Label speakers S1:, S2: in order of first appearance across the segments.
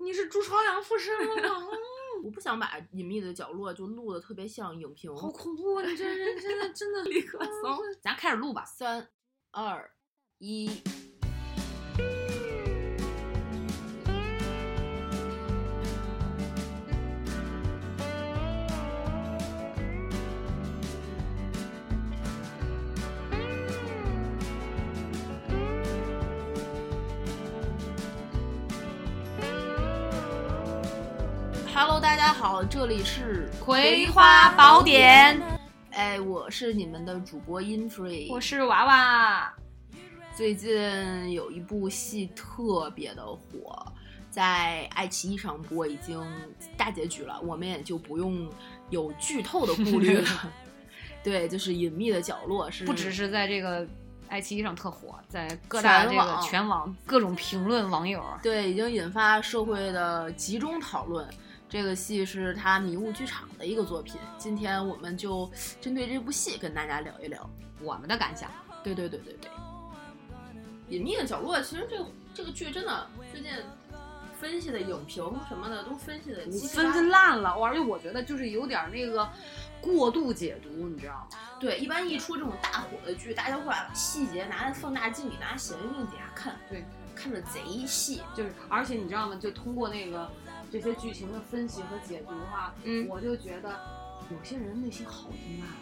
S1: 你是朱朝阳附身了吗？
S2: 我不想把隐秘的角落就录的特别像影评，
S1: 好恐怖啊！你这人真的真的 立刻
S3: 啊
S2: 行，咱开始录吧，三二一。Hello，大家好，这里是《
S3: 葵花宝典》，
S2: 哎，我是你们的主播 Infree，
S3: 我是娃娃，
S2: 最近有一部戏特别的火，在爱奇艺上播，已经大结局了，我们也就不用有剧透的顾虑了。 对，就是《隐秘的角落》是
S3: 不只是在这个爱奇艺上特火，在各大这
S2: 全
S3: 个
S2: 网
S3: 嗯全网啊各种评论网友，
S2: 对，已经引发社会的集中讨论。这个戏是他迷雾剧场的一个作品，今天我们就针对这部戏跟大家聊一聊。
S3: 我们的感想。
S2: 对对对对对，《隐秘的角落》其实这个这个剧真的最近分析的影评什么的都分析的
S3: 纷纷烂了，我而且我觉得就是有点那个过度解读，你知道吗？
S2: 对，一般一出这种大火的剧，大家会把细节拿来放大镜里，拿来显微镜底下看，
S3: 对，
S2: 看着贼细。
S3: 就是而且你知道吗？就通过那个这些剧情的分析和解读哈、
S2: 嗯
S3: 我就觉得有些人内心好阴暗啊，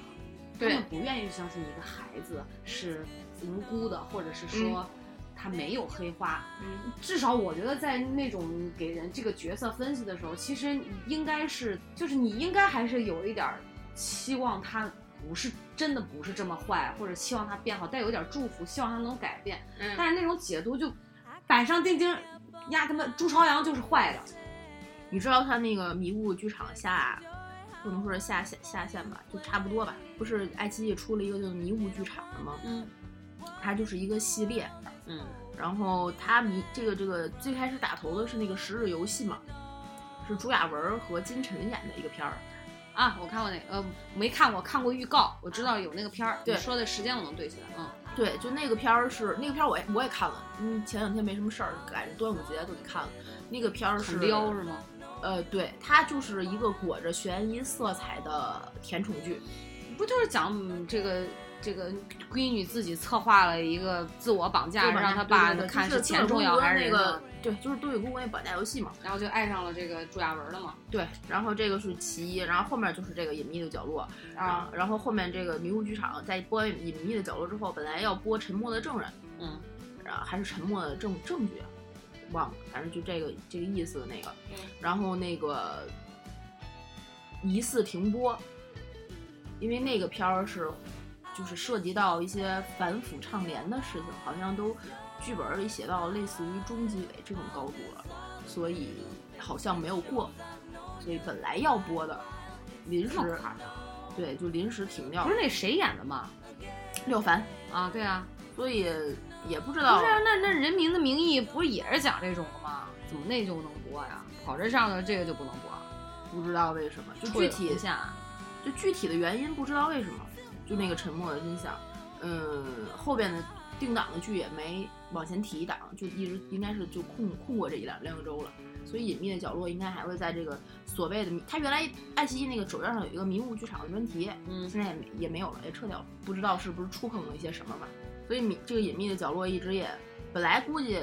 S3: 他
S2: 对
S3: 们不愿意相信一个孩子是无辜的，或者是说他没有黑化。
S2: 嗯，
S3: 至少我觉得在那种给人这个角色分析的时候，其实应该是就是你应该还是有一点儿期望他。不是真的不是这么坏，或者希望他变好，带有一点祝福，希望他能改变。
S2: 嗯
S3: 但是那种解读就板上钉钉，呀，他妈朱朝阳就是坏的。
S2: 你知道他那个迷雾剧场下，不能说是下下下线吧，就差不多吧。不是爱奇艺出了一个就是迷雾剧场的吗？
S3: 嗯
S2: 它就是一个系列，
S3: 嗯，
S2: 然后他迷这个这个最开始打头的是那个《十日游戏》嘛，是朱亚文儿和金晨演的一个片儿。
S3: 啊，我看过那呃没看过，看过预告，我知道有那个片儿。
S2: 对
S3: 你说的时间我能对起来。嗯，
S2: 对，就那个片儿是那个片儿，我也我也看了，嗯，前两天没什么事儿，赶着端午节都给看了。那个片儿是
S3: 很撩是吗？
S2: 呃，对，它就是一个裹着悬疑色彩的甜宠剧。
S3: 不就是讲嗯这个这个闺女自己策划了一个自我绑架，
S2: 对吧
S3: 让她爸
S2: 对对对
S3: 看
S2: 就是
S3: 钱重要还是
S2: 那
S3: 人重要
S2: 个？对，就是对公公那绑架游戏嘛。
S3: 然后就爱上了这个朱亚文了嘛。
S2: 对，然后这个是其一，然后后面就是这个隐秘的角落，
S3: 啊，
S2: 然后后面这个迷雾剧场在播《隐秘的角落》之后，本来要播《沉默的证人
S3: 嗯，》，
S2: 然后还是《沉默的证证据》，忘了，反正就这个这个意思的那个
S3: 嗯。
S2: 然后那个疑似停播，因为那个片儿是就是涉及到一些反腐倡廉的事情，好像都剧本里写到类似于中纪委这种高度了，所以好像没有过，所以本来要播的临
S3: 这么
S2: 时
S3: 夸张？
S2: 对就临时停掉
S3: 不
S2: 了
S3: 是。那谁演的吗？
S2: 廖凡，
S3: 啊，对啊，
S2: 所以也不知
S3: 不
S2: 道
S3: 是啊那那《人民的名义》不是也是讲这种的吗？怎么那就能播呀？跑这上头这个就不能播，
S2: 不知道为什么，就
S3: 处理
S2: 具体
S3: 一下。啊
S2: 就具体的原因不知道为什么，就那个沉默的真相，嗯，后边的定档的剧也没往前提一档，就一直应该是就空空过这一两两个周了。所以隐秘的角落应该还会在这个所谓的迷，它原来爱奇艺那个首页上有一个迷雾剧场的专题，
S3: 嗯
S2: 现在也没也没有了，也撤掉了，不知道是不是触碰了一些什么吧。所以米这个隐秘的角落一直也，本来估计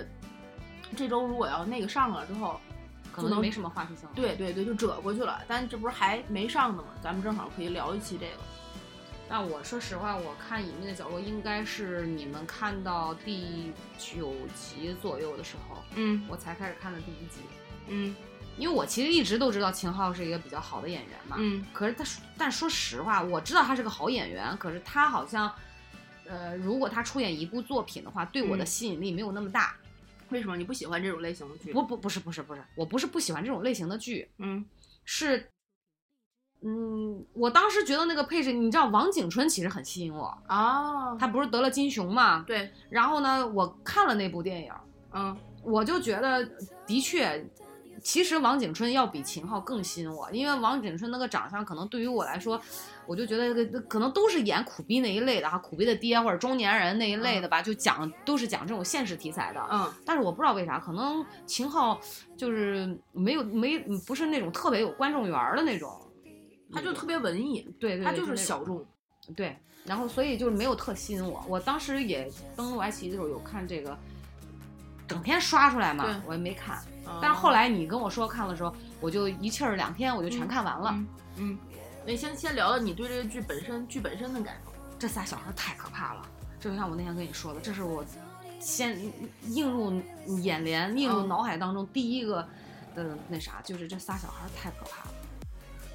S2: 这周如果要那个上了之后，
S3: 可
S2: 就
S3: 能
S2: 能
S3: 没什么话题性了。
S2: 对对对，就折过去了。但这不是还没上呢吗？咱们正好可以聊一期这个。
S3: 但我说实话，我看《隐秘的角落》应该是你们看到第九集左右的时候，
S2: 嗯
S3: 我才开始看的第一集。
S2: 嗯
S3: 因为我其实一直都知道秦昊是一个比较好的演员嘛，
S2: 嗯
S3: 可是他说，但说实话，我知道他是个好演员，可是他好像，呃，如果他出演一部作品的话，对我的
S2: 嗯
S3: 吸引力没有那么大。
S2: 为什么你不喜欢这种类型的剧？
S3: 不不不是不是不是，我不是不喜欢这种类型的剧，
S2: 嗯
S3: 是，嗯，我当时觉得那个配置，你知道王景春其实很吸引我，
S2: 哦，
S3: 他不是得了金熊嘛？
S2: 对，
S3: 然后呢，我看了那部电影，
S2: 嗯
S3: 我就觉得的确其实王景春要比秦昊更吸引我，因为王景春那个长相，可能对于我来说，我就觉得这个可能都是演苦逼那一类的哈，苦逼的爹或者中年人那一类的吧，就讲都是讲这种现实题材的。
S2: 嗯，
S3: 但是我不知道为啥，可能秦昊就是没有没不是那种特别有观众缘儿的那种，
S2: 他就特别文艺，
S3: 对对，
S2: 他
S3: 对
S2: 就是
S3: 那种
S2: 小众。
S3: 对，然后所以就是没有特吸引我。我当时也登录爱奇艺的时候有看这个，整天刷出来
S2: 对哦
S3: 嘛，我也没看。但
S2: 但
S3: 是
S2: 后
S3: 后
S2: 来，
S3: 来你跟我说看的时候，我就一气儿两天我就全看完了。
S2: 嗯嗯，那先先聊聊你对这个剧本身剧本身的感受。
S3: 这仨小孩太可怕了，这就像我那天跟你说的，这是我先映入眼帘、映入
S2: 嗯
S3: 脑海当中第一个的那啥，就是这仨小孩太可怕了。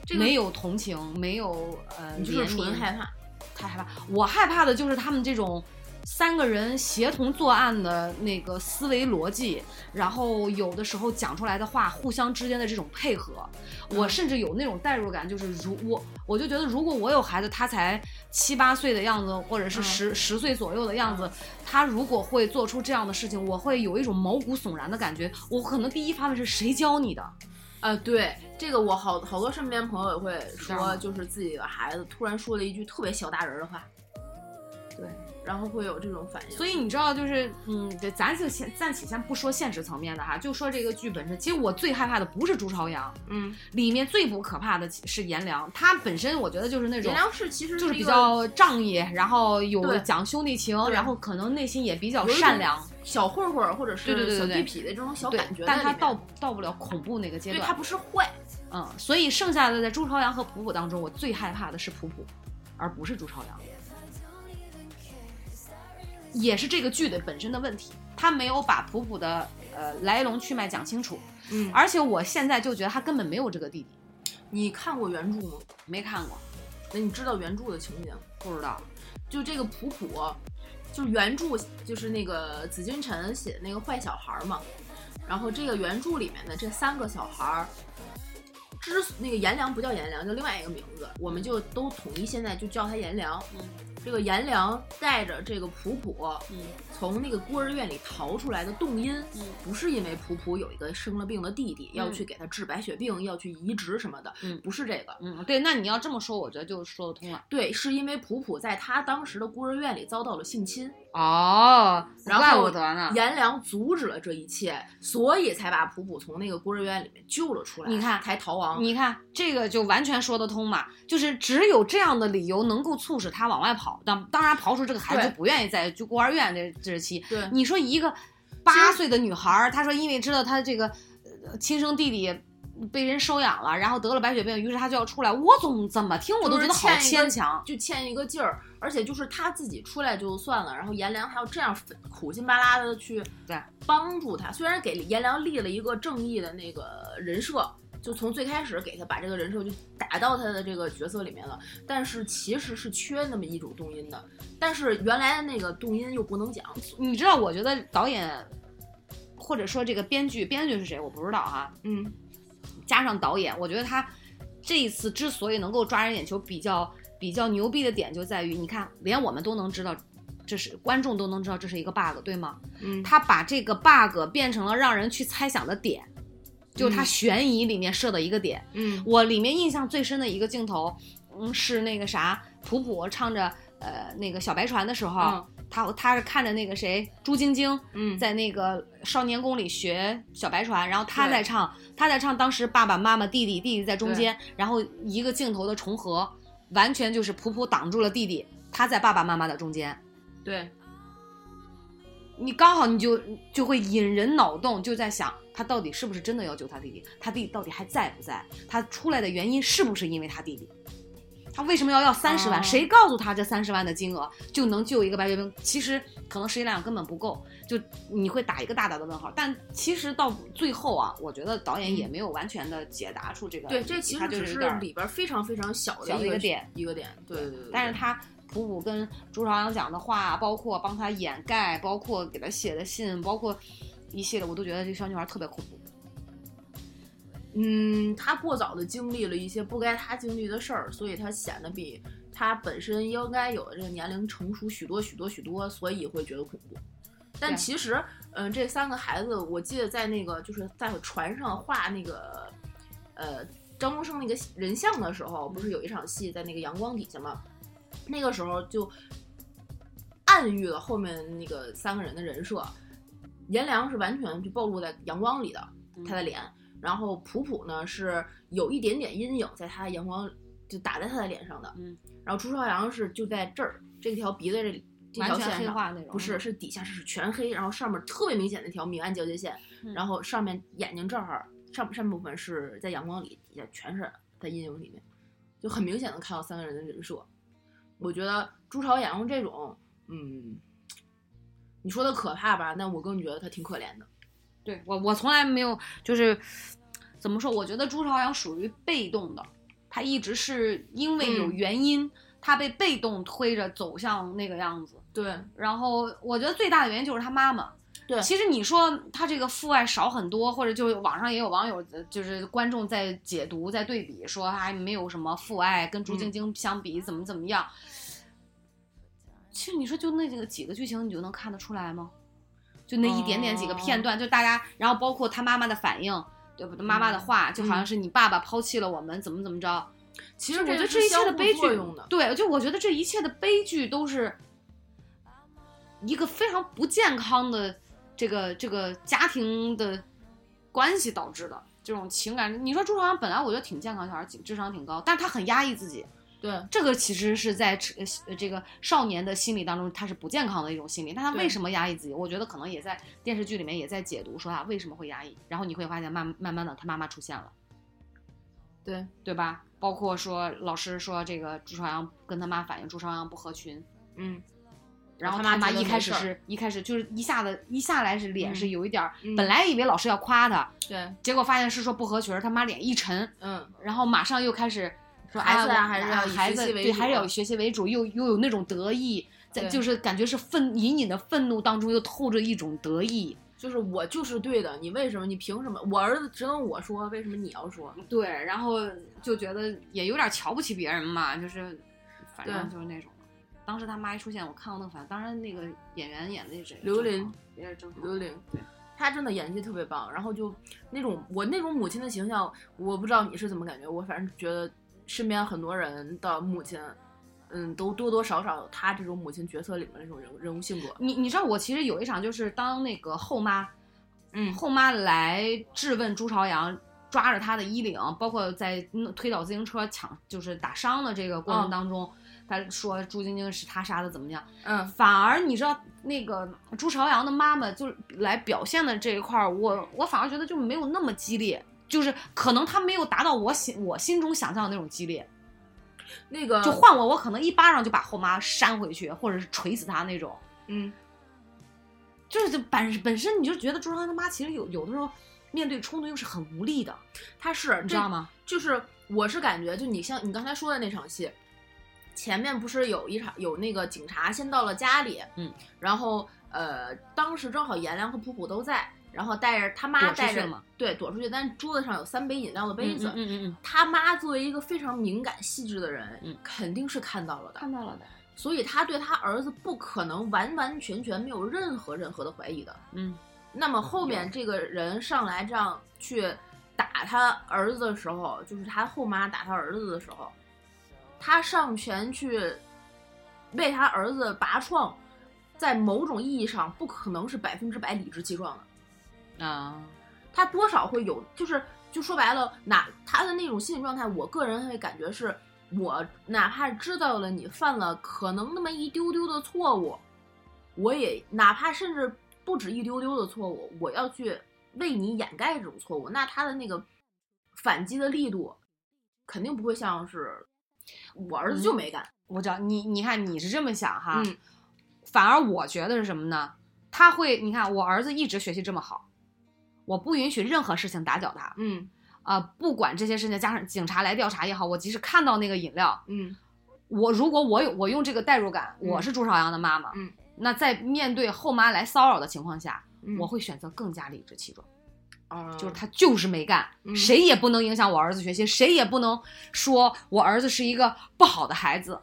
S2: 这个
S3: 没有同情，没有呃，
S2: 你就是
S3: 怜
S2: 纯
S3: 悯
S2: 害怕，
S3: 太害怕。我害怕的就是他们这种三个人协同作案的那个思维逻辑，然后有的时候讲出来的话，互相之间的这种配合，我甚至有那种代入感，就是如我，我就觉得如果我有孩子，他才七八岁的样子，或者是
S2: 嗯
S3: 十、十岁左右的样子，他如果会做出这样的事情，我会有一种毛骨悚然的感觉。我可能第一发问是谁教你的？
S2: 呃，对这个我好好多身边朋友也会
S3: 这样
S2: 说，
S3: 吗
S2: 就是自己的孩子突然说了一句特别小大人儿的话，
S3: 对，
S2: 然后会有这种反应。
S3: 所以你知道，就是嗯，对咱就先暂且先不说现实层面的哈，就说这个剧本身。其实我最害怕的不是朱朝阳，
S2: 嗯，
S3: 里面最不可怕的是颜良，他本身我觉得就是那种
S2: 颜。良是其实
S3: 就是是
S2: 一
S3: 比
S2: 个
S3: 较仗义，然后有
S2: 对
S3: 讲兄弟情，
S2: 对
S3: 然后可能内心也比较
S2: 有一种
S3: 善良，
S2: 小混混儿或者
S3: 对对
S2: 是
S3: 对
S2: 小
S3: 对
S2: 地
S3: 对
S2: 痞的这种小
S3: 对
S2: 感觉，
S3: 但他到到不了恐怖那个阶
S2: 对
S3: 段。
S2: 他不是坏，
S3: 嗯，所以剩下的在朱朝阳和普普当中，我最害怕的是普普，而不是朱朝阳。也是这个剧的本身的问题，他没有把普普的呃来龙去脉讲清楚，
S2: 嗯，
S3: 而且我现在就觉得他根本没有这个弟弟，
S2: 你看过原著吗？
S3: 没看过，
S2: 那你知道原著的情节吗？
S3: 不知道。
S2: 就这个普普，就是原著就是那个紫金陈写的那个坏小孩儿嘛。然后这个原著里面的这三个小孩儿，之那个颜良不叫颜良，就另外一个名字，我们就都统一现在就叫他颜良。
S3: 嗯
S2: 这个颜良带着这个普普
S3: 嗯
S2: 从那个孤儿院里逃出来的动因，
S3: 嗯
S2: 不是因为普普有一个生了病的弟弟，要
S3: 嗯
S2: 去给他治白血病，要去移植什么的，
S3: 嗯
S2: 不是这个，
S3: 嗯，对，那你要这么说，我觉得就说得通了。
S2: 对，是因为普普在他当时的孤儿院里遭到了性侵，
S3: 哦，
S2: 然后
S3: 怪不得呢。
S2: 颜良阻止了这一切，所以才把普普从那个孤儿院里面救了出来，
S3: 你看
S2: 才逃亡。
S3: 你看，这个就完全说得通嘛，就是只有这样的理由能够促使他往外跑。当当然，刨除这个孩子
S2: 对
S3: 就不愿意在就孤儿院这这期，
S2: 对，
S3: 你说一个八岁的女孩儿，她说因为知道她这个呃亲生弟弟被人收养了，然后得了白血病，于是她就要出来。我总怎么听我都觉得好
S2: 就是欠一个
S3: 牵强。
S2: 就欠一个劲儿，而且就是他自己出来就算了，然后颜良还要这样苦心巴拉的去
S3: 对
S2: 帮助他。虽然给颜良立了一个正义的那个人设，就从最开始给他把这个人设就打到他的这个角色里面了，但是其实是缺那么一种动因的。但是原来的那个动因又不能讲，
S3: 你知道，我觉得导演或者说这个编剧，编剧是谁我不知道哈、
S2: 嗯，
S3: 加上导演，我觉得他这一次之所以能够抓人眼球，比较比较牛逼的点就在于，你看，连我们都能知道。这是观众都能知道这是一个 bug，对吗？
S2: 嗯
S3: 他把这个 bug 变成了让人去猜想的点，就是他
S2: 嗯
S3: 悬疑里面设的一个点。
S2: 嗯
S3: 我里面印象最深的一个镜头，嗯，是那个啥，普普唱着呃那个小白船的时候，
S2: 嗯
S3: 他他是看着那个谁朱晶晶
S2: 嗯
S3: 在那个少年宫里学小白船，然后他
S2: 对
S3: 在唱，他在唱，当时爸爸妈妈弟弟弟弟在中间，然后一个镜头的重合，完全就是普普挡住了弟弟，他在爸爸妈妈的中间。
S2: 对，
S3: 你刚好你就就会引人脑洞，就在想他到底是不是真的要救他弟弟，他弟弟到底还在不在，他出来的原因是不是因为他弟弟，他为什么要要三十万？
S2: 哦
S3: 谁告诉他这三十万的金额就能救一个白血病？其实可能实际量根本不够，就你会打一个大大的问号。但其实到最后啊，我觉得导演也没有完全的解答出这个，
S2: 嗯对，这其
S3: 他
S2: 实
S3: 就
S2: 只
S3: 是有
S2: 是
S3: 点儿
S2: 里边非常非常小
S3: 小的
S2: 的
S3: 一
S2: 一个
S3: 个点，
S2: 一个点。对对对对。
S3: 但是他普普跟朱朝阳讲的话，包括帮他掩盖，包括给他写的信，包括一系列，我都觉得这小女孩特别恐怖。
S2: 嗯，他过早的经历了一些不该他经历的事儿，所以他显得比他本身应该有的这个年龄成熟许多许多许多，所以会觉得恐怖。但
S3: 对
S2: 其实，嗯、这三个孩子，我记得在那个就是在船上画那个，呃，张东升那个人像的时候，不是有一场戏在那个阳光底下吗？那个时候就暗喻了后面那个三个人的人设，颜良是完全就暴露在阳光里的，
S3: 嗯
S2: 他的脸，然后普普呢是有一点点阴影在他的阳光就打在他的脸上的，
S3: 嗯，
S2: 然后朱朝阳是就在这儿这条鼻子这里这
S3: 完
S2: 条
S3: 全
S2: 线
S3: 黑
S2: 上，
S3: 化那种，嗯
S2: 不是，是底下是全黑，然后上面特别明显的一条明暗交界线，
S3: 嗯
S2: 然后上面眼睛这儿上上部分是在阳光里，底下全是在阴影里面，就很明显能看到三个人的人设。我觉得朱朝阳这种，嗯，你说的可怕吧，但我更觉得他挺可怜的。
S3: 对我我从来没有就是怎么说，我觉得朱朝阳属于被动的，他一直是因为有
S2: 嗯
S3: 原因，他被被动推着走向那个样子。
S2: 对，
S3: 然后我觉得最大的原因就是他妈妈。
S2: 对
S3: 其实你说他这个父爱少很多，或者就网上也有网友呃就是观众在解读在对比，说还没有什么父爱，跟朱晶晶相比怎么怎么样。其实你说就那几个几个剧情，你就能看得出来吗？就那一点点几个片段，就大家，然后包括他妈妈的反应，对不对？妈妈的话，就好像是你爸爸抛弃了我们，怎么怎么着。
S2: 其
S3: 就
S2: 实
S3: 我觉得
S2: 个
S3: 这
S2: 是
S3: 一
S2: 相
S3: 切的
S2: 互
S3: 悲剧
S2: 作用的，
S3: 对，就我觉得这一切的悲剧都是一个非常不健康的这个这个家庭的关系导致的这种情感。你说朱朝阳本来我觉得挺健康，小孩儿挺智商挺高，但是他很压抑自己，
S2: 对。
S3: 这个其实是在呃这个少年的心理当中，他是不健康的一种心理。那他
S2: 对
S3: 为什么压抑自己？我觉得可能也在电视剧里面也在解读说他为什么会压抑，然后你会发现慢慢慢的他妈妈出现了。
S2: 对
S3: 对吧？包括说老师说这个朱朝阳跟他妈反映朱朝阳不合群，
S2: 嗯，
S3: 然后
S2: 他
S3: 他
S2: 妈
S3: 妈
S2: 觉得
S3: 一
S2: 没
S3: 开始
S2: 事儿
S3: 是一开始就是一下子一下来是脸
S2: 嗯
S3: 是有一点儿，
S2: 嗯
S3: 本来以为老师要夸他，
S2: 对，
S3: 结果发现是说不合群儿，他妈脸一沉，
S2: 嗯，
S3: 然后马上又开始说
S2: 孩子
S3: 啊，
S2: 啊
S3: 我
S2: 还是
S3: 啊
S2: 要以
S3: 孩
S2: 学
S3: 子
S2: 习为
S3: 对，
S2: 主啊
S3: 还是要以学习为主，又又有那种得意，在
S2: 对
S3: 就是感觉是愤隐隐的愤怒当中又透着一种得意，
S2: 就是我就是对的，你为什么？你凭什么？我儿子只能我说，为什么你要说？
S3: 对，然后就觉得也有点瞧不起别人嘛，就是反正
S2: 对
S3: 就是那种。当时他妈一出现，我看过那个反应，当然那个演员演的也是
S2: 刘琳，
S3: 也是正常。
S2: 刘玲
S3: 对，
S2: 她真的演技特别棒，然后就那种我那种母亲的形象，我不知道你是怎么感觉，我反正觉得身边很多人的母亲，嗯，都多多少少有她这种母亲角色里面的那种人物人物性格，
S3: 你你知道我其实有一场就是当那个后妈，
S2: 嗯
S3: 后妈来质问朱朝阳，抓着他的衣领，包括在嗯推倒自行车抢就是打伤的这个过程
S2: 嗯
S3: 当中，他说朱晶晶是他杀的，怎么样？
S2: 嗯，
S3: 反而你知道那个朱朝阳的妈妈就是来表现的这一块儿，我我反而觉得就没有那么激烈，就是可能他没有达到我心我心中想象的那种激烈。
S2: 那个
S3: 就换我，我可能一巴掌就把后妈扇回去，或者是捶死她那种。
S2: 嗯，
S3: 就是本本身你就觉得朱朝阳他妈其实有有的时候面对冲突又是很无力的，
S2: 她是
S3: 你知道
S2: 吗？
S3: 吗？
S2: 就是我是感觉，就你像你刚才说的那场戏，前面不是有一场有那个警察先到了家里，
S3: 嗯，
S2: 然后呃，当时正好颜良和普普都在，然后带着他妈
S3: 躲出去
S2: 带着
S3: 了嘛
S2: 对躲出去，但桌子上有三杯饮料的杯子，
S3: 嗯嗯嗯嗯，
S2: 他妈作为一个非常敏感细致的人，
S3: 嗯
S2: 肯定是看到了的，
S3: 到了的，
S2: 所以他对他儿子不可能完完全全没有任何任何的怀疑的，
S3: 嗯，
S2: 那么后面这个人上来这样去打他儿子的时候，就是他后妈打他儿子的时候，他上前去为他儿子拔创，在某种意义上不可能是百分之百理直气壮的，
S3: 啊，
S2: 他多少会有，就是就说白了，哪他的那种心理状态，我个人会感觉是。我哪怕知道了你犯了可能那么一丢丢的错误，我也哪怕甚至不止一丢丢的错误，我要去为你掩盖这种错误，那他的那个反击的力度肯定不会像是我儿子
S3: 嗯
S2: 就没干，
S3: 我知道你你看你是这么想哈，
S2: 嗯
S3: 反而我觉得是什么呢？他会，你看我儿子一直学习这么好，我不允许任何事情打搅他。
S2: 嗯
S3: 啊，不管这些事情，加上警察来调查也好，我即使看到那个饮料，
S2: 嗯
S3: 我如果我有我用这个代入感，
S2: 嗯
S3: 我是朱朝阳的妈妈，
S2: 嗯，
S3: 那在面对后妈来骚扰的情况下，
S2: 嗯，
S3: 我会选择更加理直气壮，
S2: 啊，
S3: 就是他就是没干，
S2: 嗯
S3: 谁也不能影响我儿子学习，谁也不能说我儿子是一个不好的孩子，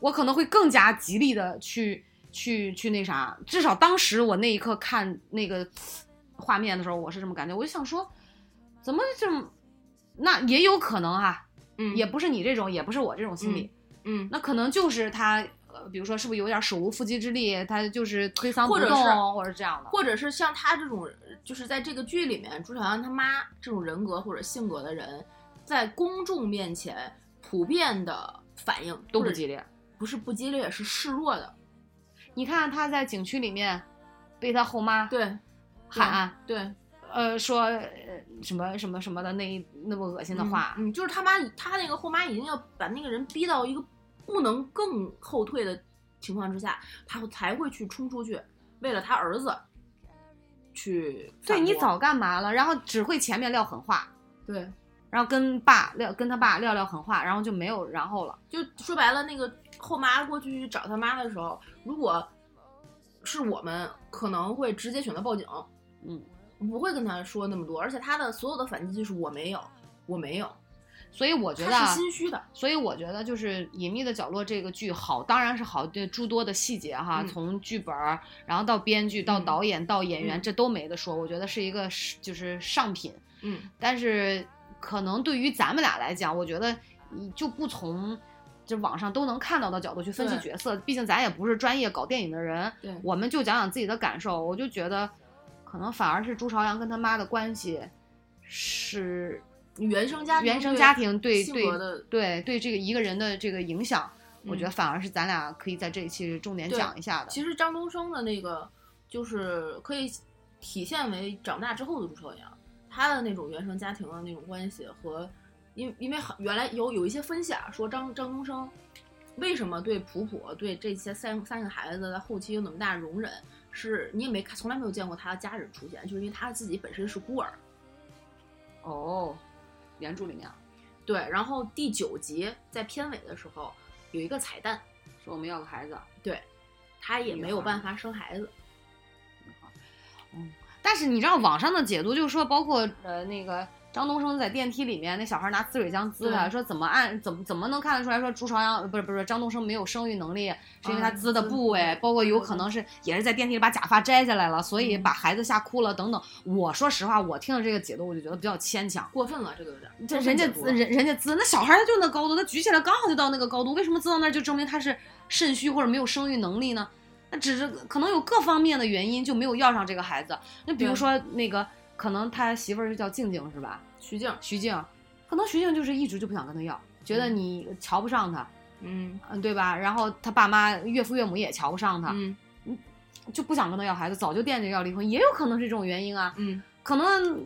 S3: 我可能会更加极力的去去去那啥。至少当时我那一刻看那个画面的时候，我是这么感觉，我就想说，怎么这么？那也有可能哈、
S2: 嗯
S3: 也不是你这种，也不是我这种心理，
S2: 嗯，
S3: 那可能就是他，呃，比如说是不是有点手无缚鸡之力，他就是推搡不
S2: 或者
S3: 动
S2: 是
S3: 啊，或者这样的。
S2: 或者是像他这种，就是在这个剧里面，朱朝阳他妈这种人格或者性格的人，在公众面前普遍的反应
S3: 都
S2: 或
S3: 不
S2: 者
S3: 激烈。
S2: 不是不激烈，是示弱的。
S3: 你看他在景区里面被他后妈
S2: 对啊
S3: 喊，
S2: 对，
S3: 呃，说呃什么什么什么的那一那么恶心的话，
S2: 嗯，嗯就是他妈他那个后妈已经要把那个人逼到一个不能更后退的情况之下，他才会去冲出去，为了他儿子去反
S3: 对
S2: 驳。
S3: 你早干嘛了？然后只会前面撂狠话，
S2: 对，
S3: 然后跟爸撂跟他爸撂撂狠话，然后就没有然后了。
S2: 就说白了，那个后妈过去找他妈的时候，如果是我们，可能会直接选择报警，
S3: 嗯，
S2: 不会跟他说那么多，而且他的所有的反击就是我没有，我没有，
S3: 所以我觉得啊，
S2: 他是心虚的，
S3: 所以我觉得就是《隐秘的角落》这个剧好，当然是好，对诸多的细节哈，
S2: 嗯
S3: 从剧本儿，然后到编剧，到
S2: 嗯
S3: 导演，到演员，
S2: 嗯
S3: 这都没得说。我觉得是一个是就是上品，
S2: 嗯
S3: 但是可能对于咱们俩来讲，我觉得你就不从这网上都能看到的角度去分析
S2: 对
S3: 角色，毕竟咱也不是专业搞电影的人，
S2: 对
S3: 我们就讲讲自己的感受。我就觉得，可能反而是朱朝阳跟他妈的关系是
S2: 原生家庭
S3: 原生
S2: 对
S3: 家庭对
S2: 性
S3: 对
S2: 格的
S3: 对对这个一个人的这个影响，我觉
S2: 嗯
S3: 得反而是咱俩可以在这一期重点
S2: 对
S3: 讲一下的。
S2: 其实张东升的那个就是可以体现为长大之后的朱朝阳，他的那种原生家庭的那种关系和，因因为好原来有有一些分析啊，说张张东升为什么对普普对这些三三个孩子在后期有那么大容忍，是你也没看从来没有见过他的家人出现，就是因为他自己本身是孤儿。
S3: 哦，原著里面
S2: 对，然后第九集在片尾的时候有一个彩蛋，
S3: 说我们要个孩子，
S2: 他也没有
S3: 女孩
S2: 办法生孩子。
S3: 但是你知道网上的解读就是说，包括呃那个张东升在电梯里面，那小孩拿滋水枪滋他，
S2: 对
S3: 说怎么按怎么怎么能看得出来说朱朝阳呃不是不是张东升没有生育能力，是因为他
S2: 啊
S3: 滋的
S2: 滋
S3: 部位，
S2: 对
S3: 包括有
S2: 对
S3: 可能是也是在电梯里把假发摘下来了，所以
S2: 嗯
S3: 把孩子吓哭了等等。我说实话，我听了这个解读，我就觉得比较牵强。
S2: 过分了，这个有点儿。
S3: 这
S2: 过分
S3: 人家
S2: 解读
S3: 滋
S2: 了
S3: 人人家滋那小孩他就那高度，他举起来刚好就到那个高度，为什么滋到那儿就证明他是肾虚或者没有生育能力呢？那只是可能有各方面的原因就没有要上这个孩子。那比如
S2: 对
S3: 说那个，可能他媳妇儿是叫静静是吧？
S2: 徐静，
S3: 徐静，可能徐静就是一直就不想跟他要，觉得
S2: 嗯
S3: 你瞧不上他，
S2: 嗯
S3: 嗯，对吧？然后他爸妈岳父岳母也瞧不上他，
S2: 嗯
S3: 就不想跟他要孩子，早就惦记着要离婚，也有可能是这种原因啊。
S2: 嗯，
S3: 可能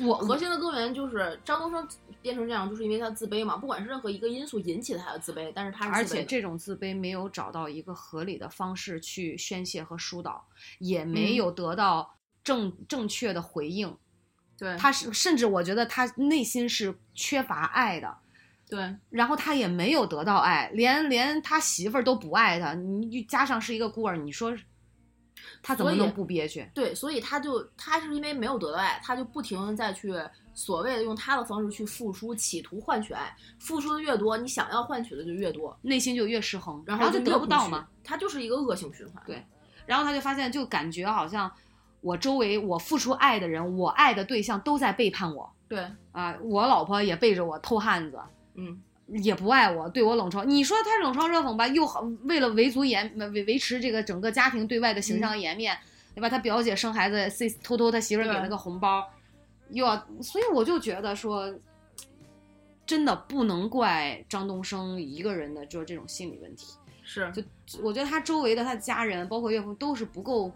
S3: 我
S2: 核心的根源就是张东升变成这样，就是因为他自卑嘛。不管是任何一个因素引起的他的自卑，但是他是
S3: 而
S2: 自卑
S3: 且
S2: 的
S3: 这种自卑没有找到一个合理的方式去宣泄和疏导，也
S2: 嗯
S3: 没有得到正、正确的回应。
S2: 对
S3: 他是甚至我觉得他内心是缺乏爱的，
S2: 对
S3: 然后他也没有得到爱，连连他媳妇儿都不爱他，你加上是一个孤儿，你说他怎么
S2: 所以
S3: 能不憋屈？
S2: 对，所以他就他是因为没有得到爱，他就不停的再去所谓的用他的方式去付出，企图换取爱，付出的越多，你想要换取的就越多，
S3: 内心就越失衡，
S2: 然
S3: 后
S2: 后
S3: 就
S2: 越
S3: 得不到
S2: 屈
S3: 嘛。，
S2: 他就是一个恶性循环。
S3: 对然后他就发现，就感觉好像我周围我付出爱的人，我爱的对象都在背叛我。
S2: 对，
S3: 啊，我老婆也背着我偷汉子，
S2: 嗯，
S3: 也不爱我，对我冷嘲。你说他冷嘲热讽吧，又好为了维族颜维维持这个整个家庭对外的形象和颜面，对吧？他表姐生孩子，自己偷偷他媳妇儿给
S2: 对
S3: 了个红包，又要，所以我就觉得说，真的不能怪张东升一个人的就是这种心理问题。
S2: 是
S3: 就我觉得他周围的他的家人，包括岳父，都是不够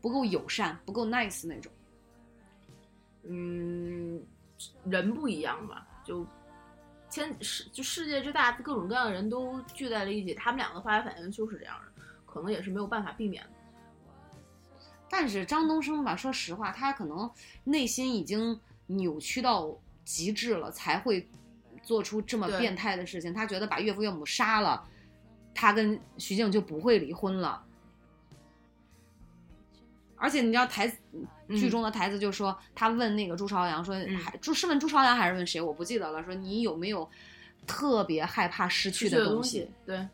S3: 不够友善、不够 nice 那种。
S2: 嗯，人不一样吧，就千世就世界之大，各种各样的人都聚在了一起，他们两个化学反应就是这样的，可能也是没有办法避免的。
S3: 但是张东升吧，说实话，他可能内心已经扭曲到极致了，才会做出这么
S2: 对
S3: 变态的事情。他觉得把岳父岳母杀了，他跟徐静就不会离婚了。而且你知道台词剧
S2: 嗯
S3: 中的台词就说，他问那个朱朝阳说，
S2: 嗯
S3: 还朱是问朱朝阳还是问谁，我不记得了。说你有没有特别害怕失去
S2: 去的
S3: 东
S2: 西，对，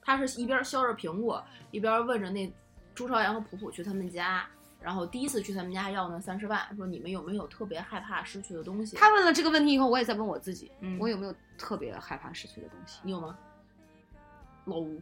S2: 他是一边削着苹果，一边问着那朱朝阳和普普去他们家，然后第一次去他们家要那三十万，说你们有没有特别害怕失去的东西？
S3: 他问了这个问题以后，我也在问我自己，
S2: 嗯
S3: 我有没有特别害怕失去的东 西？
S2: 你有吗？老吴，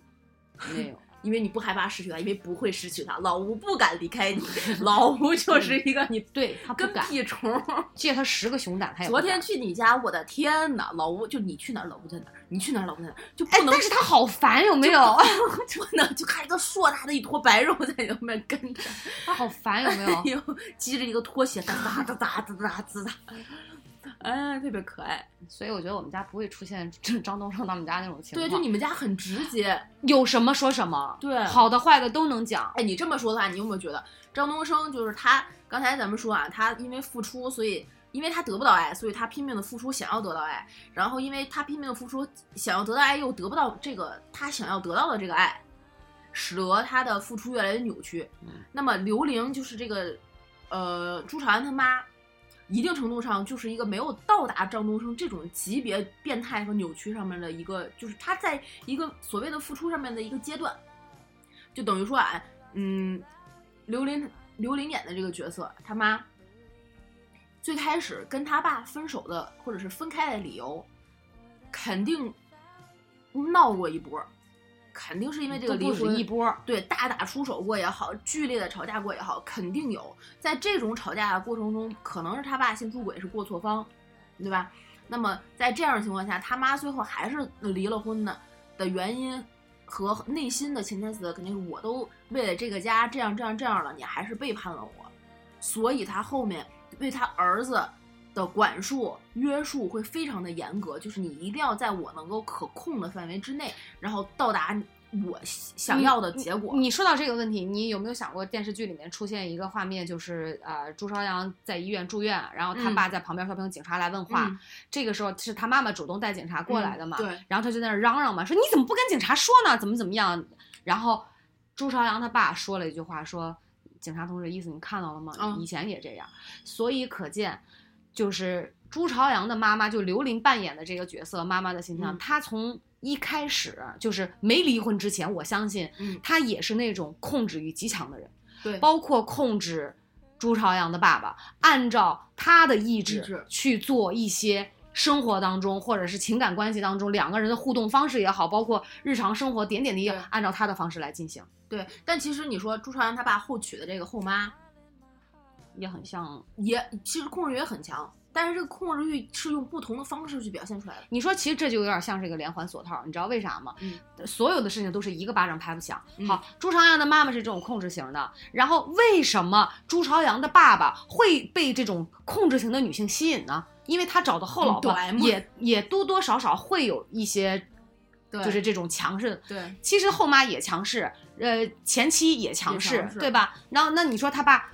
S3: 没有，
S2: 因为你不害怕失去他，因为不会失去他。老吴不敢离 开你，老吴就是一个你
S3: 对他不
S2: 跟
S3: 敢
S2: 屁虫。
S3: 借他十个熊胆，他也不
S2: 嗯哎昨天
S3: 敢
S2: 去你家，我的天呐，老吴就你去哪儿，老吴在哪儿；你去哪儿，老吴在哪儿，就
S3: 哎
S2: 不，能。
S3: 但是他好烦，有没有？
S2: 就不能，就看一个硕大的一坨白肉在你后面跟着，
S3: 他好烦，有没有？
S2: 又系着一个拖鞋，哒哒哒哒哒哒哒哒，哎，特别可爱。
S3: 所以我觉得我们家不会出现这张东升他们家那种情
S2: 对，
S3: 况。
S2: 就你们家很直接。
S3: 有什么说什么，
S2: 对
S3: 好的坏的都能讲。
S2: 哎，你这么说的话，你有没有觉得张东升就是他？刚才咱们说啊，他因为付出，所以因为他得不到爱，所以他拼命的付出想要得到爱，然后因为他拼命的付出想要得到爱，又得不到这个他想要得到的这个爱，使得他的付出越来越扭曲。
S3: 嗯
S2: 那么刘玲就是这个，呃，朱朝阳他妈。一定程度上就是一个没有到达张东升这种级别变态和扭曲上面的一个，就是他在一个所谓的付出上面的一个阶段，就等于说啊，嗯，刘琳刘琳演的这个角色，他妈最开始跟他爸分手的或者是分开的理由，肯定闹过一波，肯定是因为这个
S3: 都
S2: 离
S3: 不
S2: 婚
S3: 止一波，
S2: 对大打出手过也好，剧烈的吵架过也好，肯定有。在这种吵架的过程中，可能是他爸先出轨是过错方，对吧？那么在这样的情况下，他妈最后还是离了婚呢的原因和内心的潜台词，肯定是我都为了这个家这样这样这样了，你还是背叛了我，所以他后面对他儿子。的管束约束会非常的严格，就是你一定要在我能够可控的范围之内，然后到达我想要的结果。
S3: 你你说到这个问题，你有没有想过电视剧里面出现一个画面，就是呃朱朝阳在医院住院，然后他
S2: 嗯
S3: 爸在旁边说不定警察来问话，
S2: 嗯
S3: 这个时候是他妈妈主动带警察过来的嘛，
S2: 嗯对，
S3: 然后他就在那儿嚷嚷嘛，说你怎么不跟警察说呢？怎么怎么样？然后朱朝阳他爸说了一句话，说警察同志意思你看到了吗？
S2: 嗯
S3: 以前也这样，所以可见就是朱朝阳的妈妈，就刘琳扮演的这个角色妈妈的形象，
S2: 嗯
S3: 她从。一开始就是没离婚之前，我相信
S2: 嗯
S3: 她也是那种控制欲极强的人，
S2: 对，
S3: 包括控制朱朝阳的爸爸，按照他的意
S2: 意
S3: 志
S2: 志
S3: 去做一些生活当中或者是情感关系当中两个人的互动方式也好，包括日常生活点点滴滴
S2: 对，
S3: 按照他的方式来进行，
S2: 对，但其实你说朱朝阳他爸后娶的这个后妈
S3: 也很像。
S2: 也，其实控制欲也很强，但是这个控制欲是用不同的方式去表现出来的。
S3: 你说，其实这就有点像是一个连环锁套，你知道为啥吗？呃
S2: 嗯
S3: 所有的事情都是一个巴掌拍不响。
S2: 嗯
S3: 好，朱朝阳的妈妈是这种控制型的，然后为什么朱朝阳的爸爸会被这种控制型的女性吸引呢？因为他找的后老婆
S2: 嗯对
S3: 也也多多少少会有一些，
S2: 对
S3: 就是这种强势的。
S2: 对，
S3: 其实后妈也强势，呃，前妻也强势，
S2: 也强势
S3: 对吧？然后那你说他爸，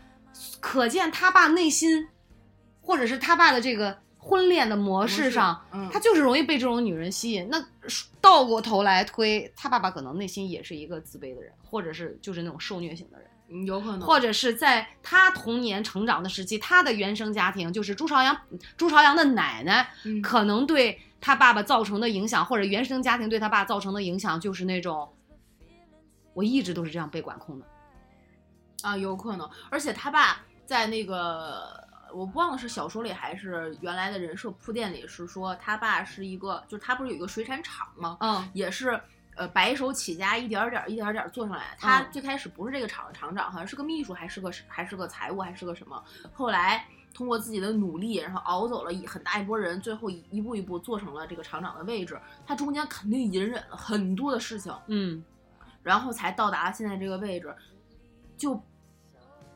S3: 可见他爸内心，或者是他爸的这个婚恋的模式上，
S2: 嗯，
S3: 他就是容易被这种女人吸引。那倒过头来推，他爸爸可能内心也是一个自卑的人，或者是就是那种受虐型的人。
S2: 嗯有可能，
S3: 或者是在他童年成长的时期，他的原生家庭就是朱朝阳，朱朝阳的奶奶
S2: 嗯
S3: 可能对他爸爸造成的影响，或者原生家庭对他爸造成的影响，就是那种我一直都是这样被管控的。
S2: 啊，有可能，而且他爸在那个。我忘了是小说里还是原来的人设铺垫里是说他爸是一个，就是他不是有一个水产厂吗？
S3: 嗯
S2: 也是呃白手起家，一点儿点儿一点儿点儿做上来。他
S3: 嗯
S2: 最开始不是这个厂的厂长，好像是个秘书，还是个还是个财务，还是个什么。后来通过自己的努力，然后熬走了一很大一波人，最后一一步一步做成了这个厂长的位置。他中间肯定隐忍了很多的事情，
S3: 嗯，
S2: 然后才到达现在这个位置。就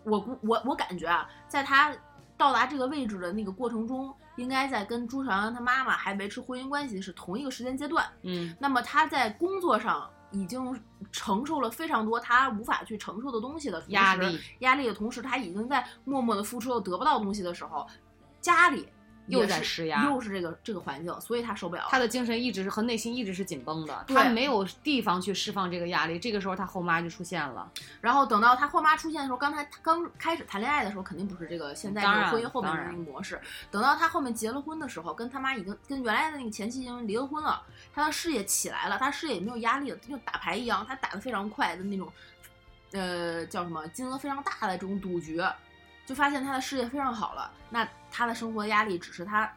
S2: 我估我我感觉啊，在他到达这个位置的那个过程中，应该在跟朱朝阳他妈妈还维持婚姻关系是同一个时间阶段。
S3: 嗯，
S2: 那么他在工作上已经承受了非常多他无法去承受的东西的同时
S3: 压力，
S2: 压力的同时，他已经在默默的付出又得不到东西的时候，家里
S3: 又
S2: 也
S3: 在
S2: 是
S3: 施压
S2: 又是这个这个环境，所以他受不了。
S3: 他的精神一直是和内心一直是紧绷的，
S2: 对
S3: 他没有地方去释放这个压力。这个时候，他后妈就出现了，
S2: 然后等到他后妈出现的时候，刚才他刚开始谈恋爱的时候，肯定不是这个现在这
S3: 当
S2: 个
S3: 然
S2: 婚姻后面
S3: 当
S2: 的
S3: 然
S2: 那个模式。等到他后面结了婚的时候，跟他妈已经跟原来的那个前妻已经离了婚了，他的事业起来了，他事业也没有压力了，就像打牌一样，他打的非常快的那种，呃，叫什么金额非常大的这种赌局，就发现他的事业非常好了。那他的生活压力只是他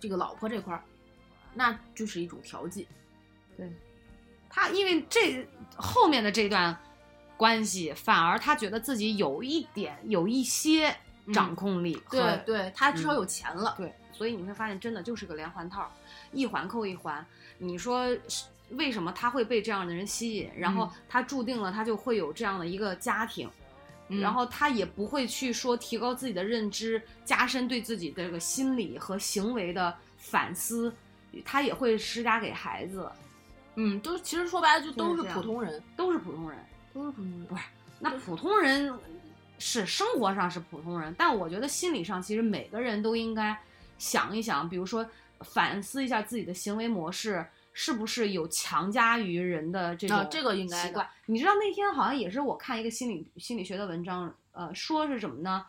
S2: 这个老婆这块儿，那就是一种调剂。
S3: 他因为这后面的这段关系，反而他觉得自己有一点有一些掌控力和、
S2: 嗯对对，他至
S3: 嗯
S2: 少有钱了。
S3: 对，所以你会发现，真的就是个连环套，一环扣一环。你说是为什么他会被这样的人吸引？然后
S2: 嗯
S3: 他注定了他就会有这样的一个家庭，
S2: 嗯
S3: 然后他也不会去说提高自己的认知，加深对自己的这个心理和行为的反思，他也会施加给孩子，
S2: 嗯，都其实说白了就都
S3: 就是是这
S2: 普
S3: 样
S2: 通人，
S3: 都是普通人。
S2: 都是普
S3: 嗯
S2: 通人。
S3: 那普通人是生活上是普通人，但我觉得心理上其实每个人都应该想一想，比如说反思一下自己的行为模式是不是有强加于人的这种、
S2: 啊这个应该的
S3: 习惯。你知道那天好像也是我看一个心理心理学的文章，呃，说是什么呢？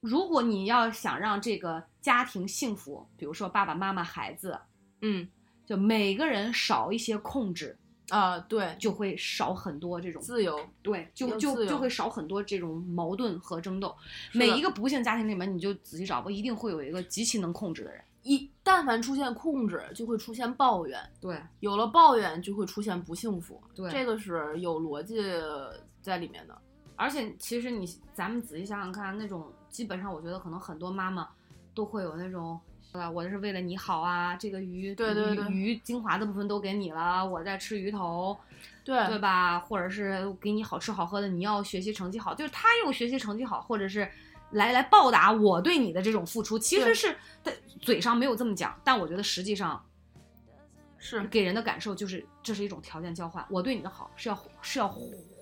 S3: 如果你要想让这个家庭幸福，比如说爸爸妈妈、孩子，
S2: 嗯
S3: 就每个人少一些控制，
S2: 啊，对，
S3: 就会少很多这种
S2: 自由，
S3: 对，就
S2: 有自
S3: 就
S2: 由
S3: 就会少很多这种矛盾和争斗。
S2: 是
S3: 每
S2: 的
S3: 一个不幸家庭里面，你就仔细找吧，一定会有一个极其能控制的人。
S2: 一但凡出现控制，就会出现抱怨，
S3: 对
S2: 有了抱怨就会出现不幸福，
S3: 对
S2: 这个是有逻辑在里面的。
S3: 而且其实你咱们仔细想想看，那种基本上我觉得可能很多妈妈都会有那种。对吧？我是为了你好啊，这个鱼
S2: 对对
S3: 鱼
S2: 对
S3: 鱼精华的部分都给你了，我在吃鱼头，
S2: 对
S3: 对吧？或者是给你好吃好喝的，你要学习成绩好，就是他用学习成绩好，或者是来来报答我对你的这种付出，其
S2: 对
S3: 实是他嘴上没有这么讲，但我觉得实际上
S2: 是
S3: 给人的感受就是这是一种条件交换，我对你的好是要是要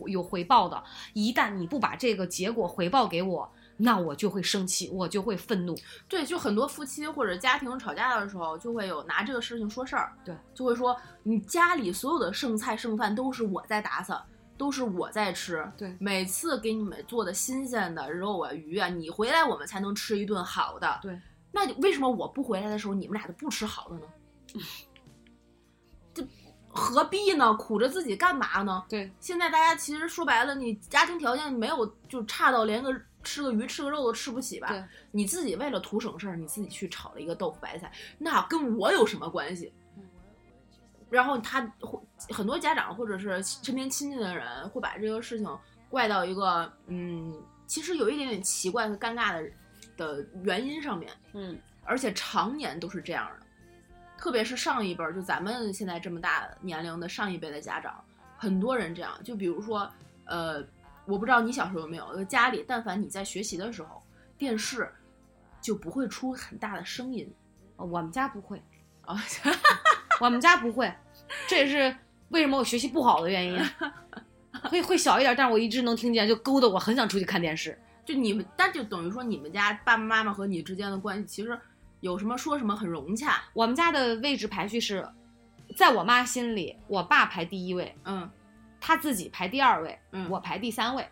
S3: 有回报的，一旦你不把这个结果回报给我，那我就会生气，我就会愤怒。
S2: 对，就很多夫妻或者家庭吵架的时候，就会有拿这个事情说事儿，
S3: 对，
S2: 就会说你家里所有的剩菜剩饭都是我在打扫。都是我在吃，
S3: 对
S2: 每次给你们做的新鲜的肉啊、鱼啊，你回来我们才能吃一顿好的，
S3: 对，
S2: 那你为什么我不回来的时候，你们俩就不吃好的呢？ 这何必呢？苦着自己干嘛呢？
S3: 对
S2: 现在大家其实说白了，你家庭条件没有就差到连个吃个鱼吃个肉都吃不起吧
S3: 对？
S2: 你自己为了图省事儿，你自己去炒了一个豆腐白菜，那跟我有什么关系？然后他会很多家长或者是身边亲近的人会把这个事情怪到一个嗯，其实有一点点奇怪和尴尬的的原因上面。
S3: 嗯，
S2: 而且常年都是这样的。特别是上一辈儿，就咱们现在这么大年龄的上一辈的家长，很多人这样。就比如说，呃，我不知道你小时候有没有，就家里但凡你在学习的时候，电视就不会出很大的声音
S3: 呃我们家不会，
S2: 啊。
S3: 我们家不会，这也是为什么我学习不好的原因。会会小一点，但是我一直能听见，就勾得我很想出去看电视。
S2: 就你们，但就等于说你们家爸爸妈妈和你之间的关系，其实有什么说什么很融洽。
S3: 我们家的位置排序是，在我妈心里，我爸排第一位，
S2: 嗯
S3: 他自己排第二位，
S2: 嗯，
S3: 我排第三位，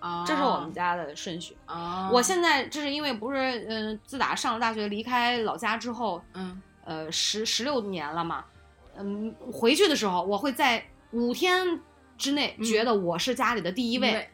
S2: 啊，
S3: 这是我们家的顺序。
S2: 啊，
S3: 我现在这是因为不是，嗯、自打上了大学离开老家之后，
S2: 嗯
S3: 呃，十十六年了嘛，嗯，回去的时候我会在五天之内
S2: 嗯
S3: 觉得我是家里的第一位，
S2: 因为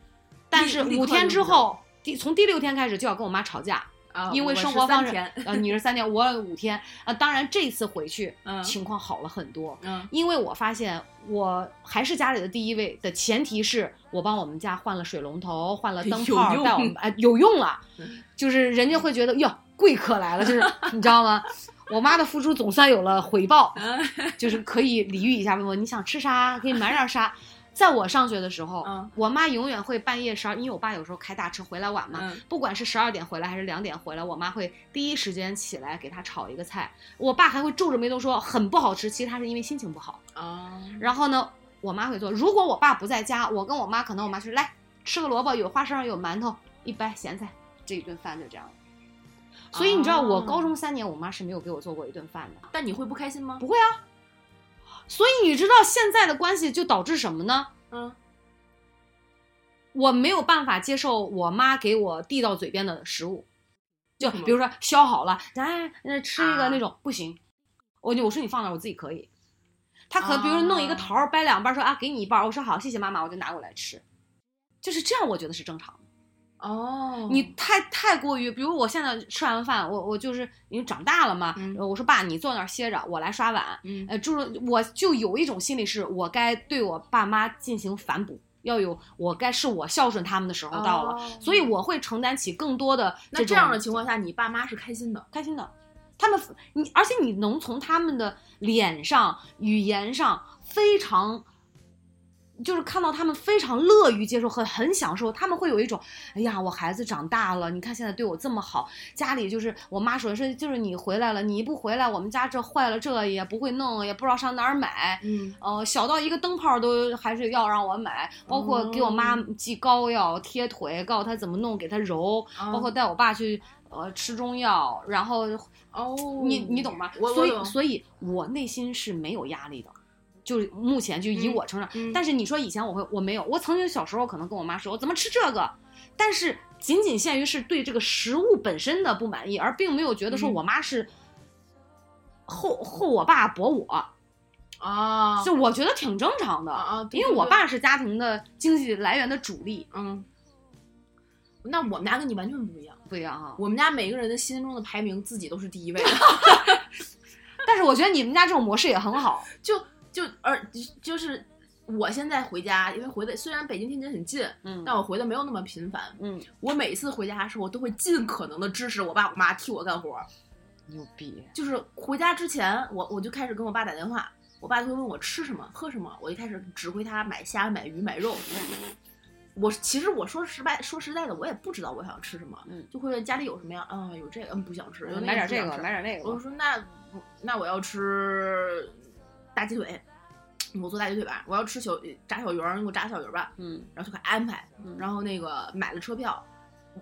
S3: 但是
S2: 立
S3: 五
S2: 立刻
S3: 天
S2: 就
S3: 之
S2: 知道
S3: 后，第从第六天开始就要跟我妈吵架，
S2: 啊，
S3: 因为
S2: 我
S3: 生
S2: 是
S3: 活
S2: 三
S3: 方式
S2: 天，
S3: 呃，你是三天，我五天，啊，当然这次回去
S2: 嗯
S3: 情况好了很多，
S2: 嗯
S3: 因为我发现我还是家里的第一位的前提是我帮我们家换了水龙头，换了灯
S2: 有
S3: 泡，
S2: 用
S3: 带我们哎有用了
S2: 嗯，
S3: 就是人家会觉得哟贵客来了，就是 你知道吗？我妈的付出总算有了回报，
S2: 嗯
S3: 就是可以礼遇一下，问问你想吃啥，给你买点啥。在我上学的时候，
S2: 嗯
S3: 我妈永远会半夜十二，因为我爸有时候开大车回来晚嘛，
S2: 嗯
S3: 不管是十二点回来还是两点回来，我妈会第一时间起来给他炒一个菜。我爸还会皱着眉头说很不好吃，其实他是因为心情不好。
S2: 啊，
S3: 然后呢，我妈会做。如果我爸不在家，我跟我妈可能我妈说来吃个萝卜，有花生有馒头，一掰咸菜，这一顿饭就这样了。所以你知道，我
S2: 哦
S3: 高中三年，我妈是没有给我做过一顿饭的。
S2: 但你会不开心吗？
S3: 不会啊。所以你知道现在的关系就导致什么呢？
S2: 嗯，
S3: 我没有办法接受我妈给我递到嘴边的食物，就
S2: 什么
S3: 比如说削好了，咱那吃一
S2: 啊
S3: 个那种、不行，我就我说你放那儿，我自己可以。她可
S2: 啊
S3: 比如弄一个桃儿掰两半儿，说啊给你一半儿，我说好，谢谢妈妈，我就拿过来吃，就是这样，我觉得是正常的。
S2: 哦，
S3: 你太太过于，比如我现在吃完饭，我我就是因为长大了嘛，
S2: 嗯
S3: 我说爸你坐那儿歇着，我来刷碗，
S2: 嗯
S3: 呃，就是我就有一种心理是，我该对我爸妈进行反哺，要有我该是我孝顺他们的时候到了，
S2: 哦
S3: 所以我会承担起更多的
S2: 那这
S3: 这
S2: 样
S3: 种
S2: 的情况下，你爸妈是开心的。
S3: 开心的。他们，你而且你能从他们的脸上、语言上非常，就是看到他们非常乐于接受和很享受，他们会有一种，哎呀，我孩子长大了，你看现在对我这么好，家里就是我妈说说就是你回来了，你一不回来，我们家这坏了，这也不会弄，也不知道上哪儿买，
S2: 嗯，
S3: 呃，小到一个灯泡都还是要让我买，包括给我妈
S2: 哦
S3: 寄膏药、贴腿，告诉她怎么弄，给她
S2: 哦
S3: 揉，
S2: 嗯
S3: 包括带我爸去呃吃中药，然后
S2: 哦，
S3: 你你懂吗？
S2: 我
S3: 所
S2: 我
S3: 以
S2: 懂
S3: 所以我内心是没有压力的，就是目前就以
S2: 嗯
S3: 我成长，
S2: 嗯
S3: 但是你说以前我会我没有，我曾经小时候可能跟我妈说我怎么吃这个，但是仅仅限于是对这个食物本身的不满意，而并没有觉得说
S2: 嗯
S3: 我妈是后后我爸驳我，
S2: 啊
S3: 就我觉得挺正常的。
S2: 啊啊，对
S3: 因为
S2: 对
S3: 我
S2: 对
S3: 爸是家庭的经济来源的主力，
S2: 嗯，那我们家跟你完全不一样。
S3: 不一样啊哈。
S2: 我们家每个人的心中的排名，自己都是第一位的。
S3: 但是我觉得你们家这种模式也很好，
S2: 就就而就是我现在回家，因为回的虽然北京天津很近，
S3: 嗯
S2: 但我回的没有那么频繁。
S3: 嗯，
S2: 我每次回家的时候，都会尽可能的支持我爸我妈替我干活儿。
S3: 牛逼，
S2: 就是回家之前，我我就开始跟我爸打电话，我爸就会问我吃什么、喝什么，我就开始指挥他买虾、买鱼、买肉。我其实我说实在说实在的，我也不知道我想吃什么，
S3: 嗯
S2: 就会问家里有什么呀？啊、有这个，嗯，不想吃，有那
S3: 买点
S2: 不
S3: 这
S2: 想
S3: 个，
S2: 吃
S3: 买点那
S2: 我
S3: 个，
S2: 说那那我要吃大鸡腿，我做大鸡腿吧。我要吃小炸小鱼儿，你给我炸小鱼儿吧。
S3: 嗯，
S2: 然后就给安排，
S3: 嗯
S2: 然后那个买了车票，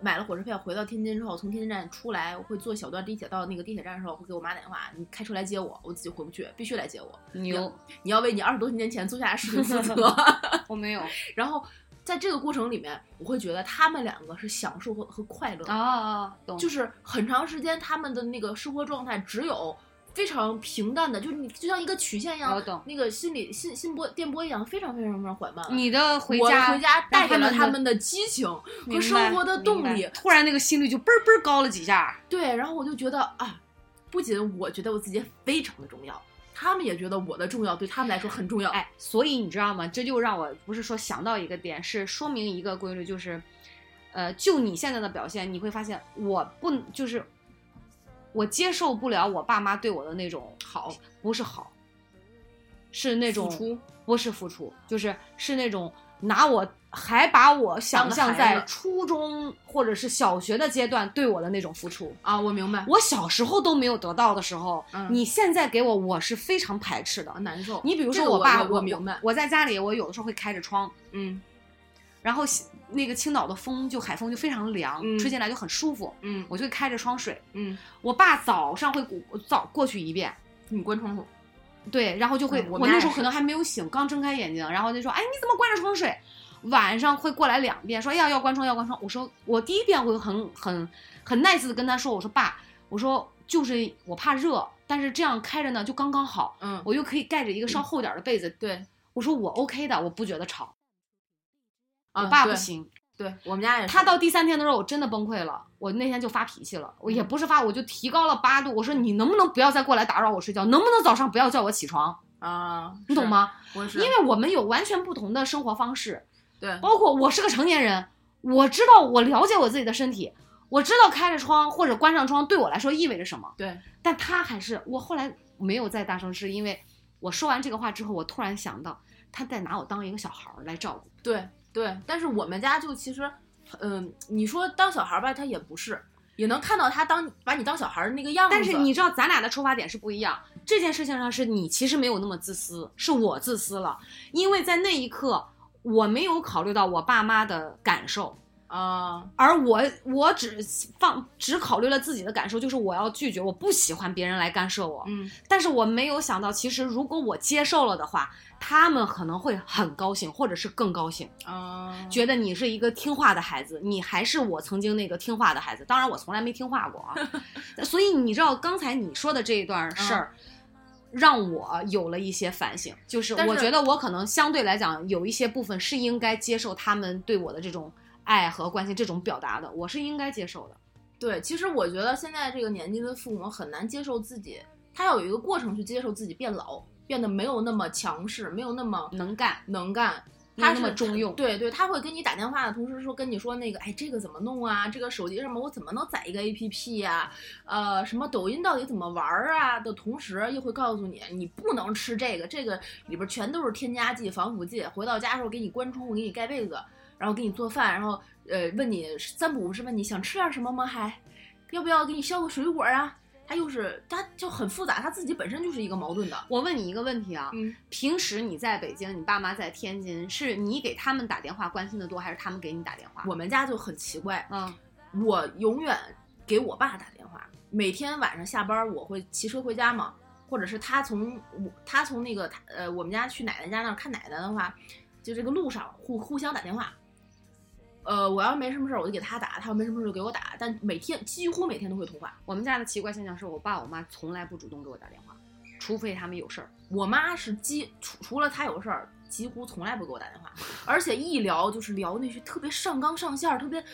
S2: 买了火车票，回到天津之后，从天津站出来，我会坐小段地铁到那个地铁站的时候，我会给我妈打电话，你开车来接我，我自己回不去，必须来接我。
S3: 牛，
S2: 你要为你二十多年前做下的事情负责。
S3: 我没有哦
S2: 然后在这个过程里面，我会觉得他们两个是享受和和快乐的
S3: 啊，懂，
S2: 就是很长时间他们的那个生活状态只有非常平淡的，就是你就像一个曲线一
S3: 我
S2: 样，
S3: 懂。
S2: 那个心理心心波电波一样，非常非常非常缓慢。
S3: 你的回
S2: 我
S3: 家
S2: 回家带给了
S3: 让他
S2: 他
S3: 们
S2: 们的激情
S3: 明
S2: 和
S3: 白
S2: 生活的动
S3: 明
S2: 力
S3: 白，突然那个心率就嘣儿嘣儿高了几下，
S2: 对，然后我就觉得啊，不仅我觉得我自己非常的重要，他们也觉得我的重要对他们来说很重要。
S3: 哎，所以你知道吗？这就让我不是说想到一个点，是说明一个规律，就是，呃，就你现在的表现，你会发现我不就是我接受不了我爸妈对我的那种好，不是好，是那种
S2: 付出
S3: 不是付出，就是是那种拿我还把我想
S2: 当个
S3: 象
S2: 孩
S3: 在
S2: 子
S3: 初中或者是小学的阶段对我的那种付出。
S2: 啊，我明白，
S3: 我小时候都没有得到的时候，
S2: 嗯
S3: 你现在给我，我是非常排斥的
S2: 啊。难受。
S3: 你比如
S2: 这
S3: 说
S2: 个我
S3: 爸，
S2: 我
S3: 我
S2: 我明白
S3: 我，在家里，我有的时候会开着窗，
S2: 嗯
S3: 然后西那个青岛的风就海风就非常凉，
S2: 嗯
S3: 吹进来就很舒服，
S2: 嗯
S3: 我就会开着窗水。
S2: 嗯，
S3: 我爸早上会过早过去一遍，
S2: 你关窗户，
S3: 对，然后就会、
S2: 嗯
S3: 我
S2: 我们家
S3: 那
S2: 也
S3: 时候
S2: 是
S3: 可能还没有醒，刚睁开眼睛，然后就说，哎，你怎么关着窗水？晚上会过来两遍，说哎呀要关窗要关窗。我说我第一遍会很很很 nice 的跟他说，我说爸，我说就是我怕热，但是这样开着呢就刚刚好，
S2: 嗯，
S3: 我又可以盖着一个稍厚点儿的被子。
S2: 对
S3: 我说我 OK 的，我不觉得吵。
S2: 啊
S3: 我爸不
S2: 对
S3: 行，
S2: 对，我们家也是
S3: 他到第三天的时候，我真的崩溃了。我那天就发脾气了，我
S2: 嗯
S3: 也不是发，我就提高了八度。我说你能不能不要再过来打扰我睡觉，能不能早上不要叫我起床，
S2: 啊，
S3: 你懂
S2: 是？
S3: 吗？
S2: 我是嗯
S3: 因为我们有完全不同的生活方式，
S2: 对
S3: 包括我是个成年人，我知道我了解我自己的身体，我知道开着窗或者关上窗对我来说意味着什么。
S2: 对，
S3: 但他还是我后来没有在大城市，因为我说完这个话之后，我突然想到他在拿我当一个小孩儿来照顾。
S2: 对对，但是我们家就其实，嗯、你说当小孩儿吧，他也不是，也能看到他当把你当小孩儿的那个样子。
S3: 但是你知道，咱俩的出发点是不一样。这件事情上是你其实没有那么自私，是我自私了，因为在那一刻我没有考虑到我爸妈的感受，
S2: 啊，
S3: 而我我只放只考虑了自己的感受，就是我要拒绝，我不喜欢别人来干涉我。
S2: 嗯，
S3: 但是我没有想到，其实如果我接受了的话，他们可能会很高兴，或者是更高兴，
S2: 啊，
S3: 觉得你是一个听话的孩子，你还是我曾经那个听话的孩子。当然，我从来没听话过 啊。所以你知道刚才你说的这一段事儿。让我有了一些反省，就是
S2: 嗯但是
S3: 我觉得我可能相对来讲有一些部分是应该接受他们对我的这种爱和关心，这种表达的，我是应该接受的。
S2: 对，其实我觉得现在这个年纪的父母很难接受自己，他要有一个过程去接受自己变老，变得没有那么强势，没有那么
S3: 能干，
S2: 能干。
S3: 没有
S2: 他
S3: 那
S2: 是
S3: 么中用
S2: 对对，他会跟你打电话的同时说跟你说那个，哎，这个怎么弄啊？这个手机上面我怎么能载一个 APP 呀、呃，什么抖音到底怎么玩儿啊？的同时又会告诉你，你不能吃这个，这个里边全都是添加剂、防腐剂。回到家的时候给你关窗户，给你盖被子，然后给你做饭，然后呃问你三不五时问你想吃点什么吗？还要不要给你削个水果啊？他又是他就很复杂，他自己本身就是一个矛盾的。
S3: 我问你一个问题啊，
S2: 嗯，
S3: 平时你在北京，你爸妈在天津，是你给他们打电话关心的多，还是他们给你打电话？
S2: 我们家就很奇怪，
S3: 嗯
S2: 我永远给我爸打电话，每天晚上下班儿我会骑车回家嘛，或者是他从我他从那个他呃我们家去奶奶家那儿看奶奶的话，就这个路上互互相打电话。呃，我要没什么事儿我就给他打，他要没什么事儿就给我打，但每天几乎每天都会通话。
S3: 我们家的奇怪现象是我爸我妈从来不主动给我打电话，除非他们有事儿。
S2: 我妈是几除除了她有事儿，几乎从来不给我打电话，而且一聊就是聊那些特别上纲上线儿，特别，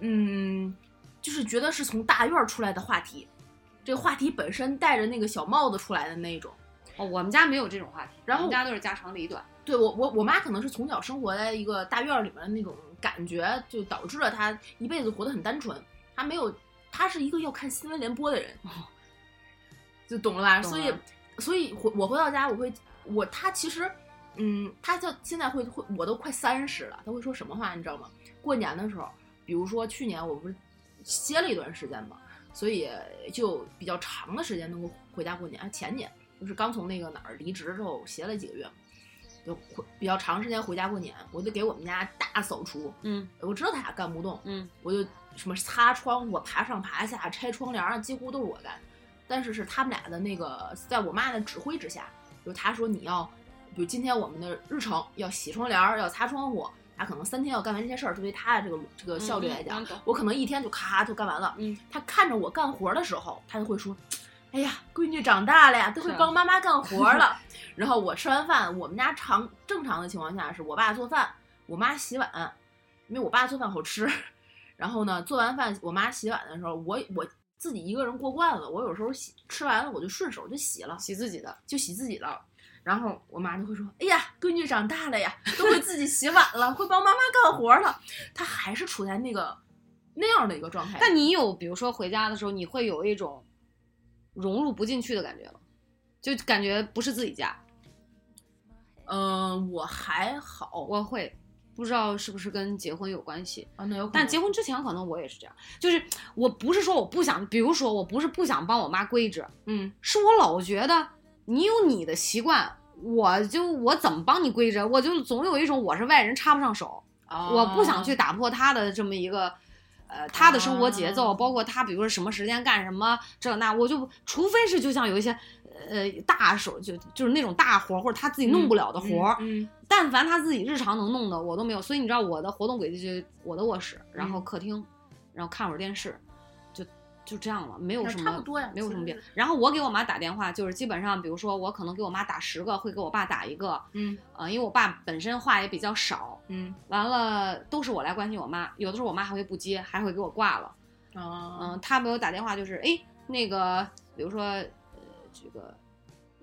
S2: 嗯，就是觉得是从大院儿出来的话题，这个话题本身带着那个小帽子出来的那一种。
S3: 哦，我们家没有这种话题，
S2: 然后
S3: 我们家都是家长里短。
S2: 对我我我妈可能是从小生活在一个大院儿里面的那种感觉，就导致了她一辈子活得很单纯，她没有，她是一个要看新闻联播的人， 就懂了吧？
S3: 懂
S2: 所以
S3: 了
S2: 所以回我回到家，我会我她其实，嗯，她就现在会会我都快三十了，她会说什么话你知道吗？过年的时候，比如说去年我不是歇了一段时间嘛，所以就比较长的时间能够回家过年。啊前年就是刚从那个哪儿离职之后，歇了几个月，就回比较长时间回家过年，我就给我们家大扫除。
S3: 嗯
S2: 我知道他俩干不动，
S3: 嗯，
S2: 我就什么擦窗户、爬上爬下、拆窗帘儿，几乎都是我干。但是是他们俩的那个，在我妈的指挥之下，就他说你要，比如今天我们的日程要洗窗帘儿，要擦窗户，他可能三天要干完这些事儿。对于他的这个这个效率来讲，
S3: 嗯，懂
S2: 我可能一天就咔就干完了。
S3: 嗯，
S2: 他看着我干活的时候，他就会说：“哎呀，闺女长大了呀，都会帮妈妈干活了。”然后我吃完饭，我们家常正常的情况下是我爸做饭，我妈洗碗，因为我爸做饭好吃。然后呢，做完饭我妈洗碗的时候，我我自己一个人过惯了，我有时候洗吃完了我就顺手就洗了，
S3: 洗自己的。
S2: 就洗自己了。然后我妈就会说：“哎呀，闺女长大了呀，都会自己洗碗了，会帮妈妈干活了。”她还是处在那个那样的一个状态。
S3: 但你有，比如说回家的时候，你会有一种融入不进去的感觉吗？就感觉不是自己家。
S2: 嗯，我还好，
S3: 我会，不知道是不是跟结哦婚有关系。
S2: 啊，那有可
S3: 但
S2: 能
S3: 结婚之前可能我也是这样，就是我不是说我不想，比如说我不是不想帮我妈规制，
S2: 嗯，
S3: 是我老觉得你有你的习惯，我就我怎么帮你规制，我就总有一种我是外人插不上手，
S2: 哦
S3: 我不想去打破他的这么一个。呃，他的生活节奏，
S2: 啊
S3: 包括他，比如说什么时间干什么这那，我就除非是就像有一些，呃，大手就就是那种大活儿或者他自己弄不了的活儿，
S2: 嗯
S3: 但凡他自己日常能弄的，我都没有。所以你知道我的活动轨迹就是我的卧室，然
S2: 嗯
S3: 后客厅，然后看会儿电视，就就这样了，没有
S2: 那
S3: 什么
S2: 差不多呀
S3: 没有
S2: 啊其
S3: 什么
S2: 实
S3: 变。然后我给我妈打电话，就是基本上，比如说我可能给我妈打十个，会给我爸打一个，
S2: 嗯
S3: 呃，因为我爸本身话也比较少，
S2: 嗯
S3: 完了都是我来关心我妈，有的时候我妈还会不接，还会给我挂了。
S2: 啊
S3: 嗯，他给我打电话就是，哎，那个，比如说，呃，这个，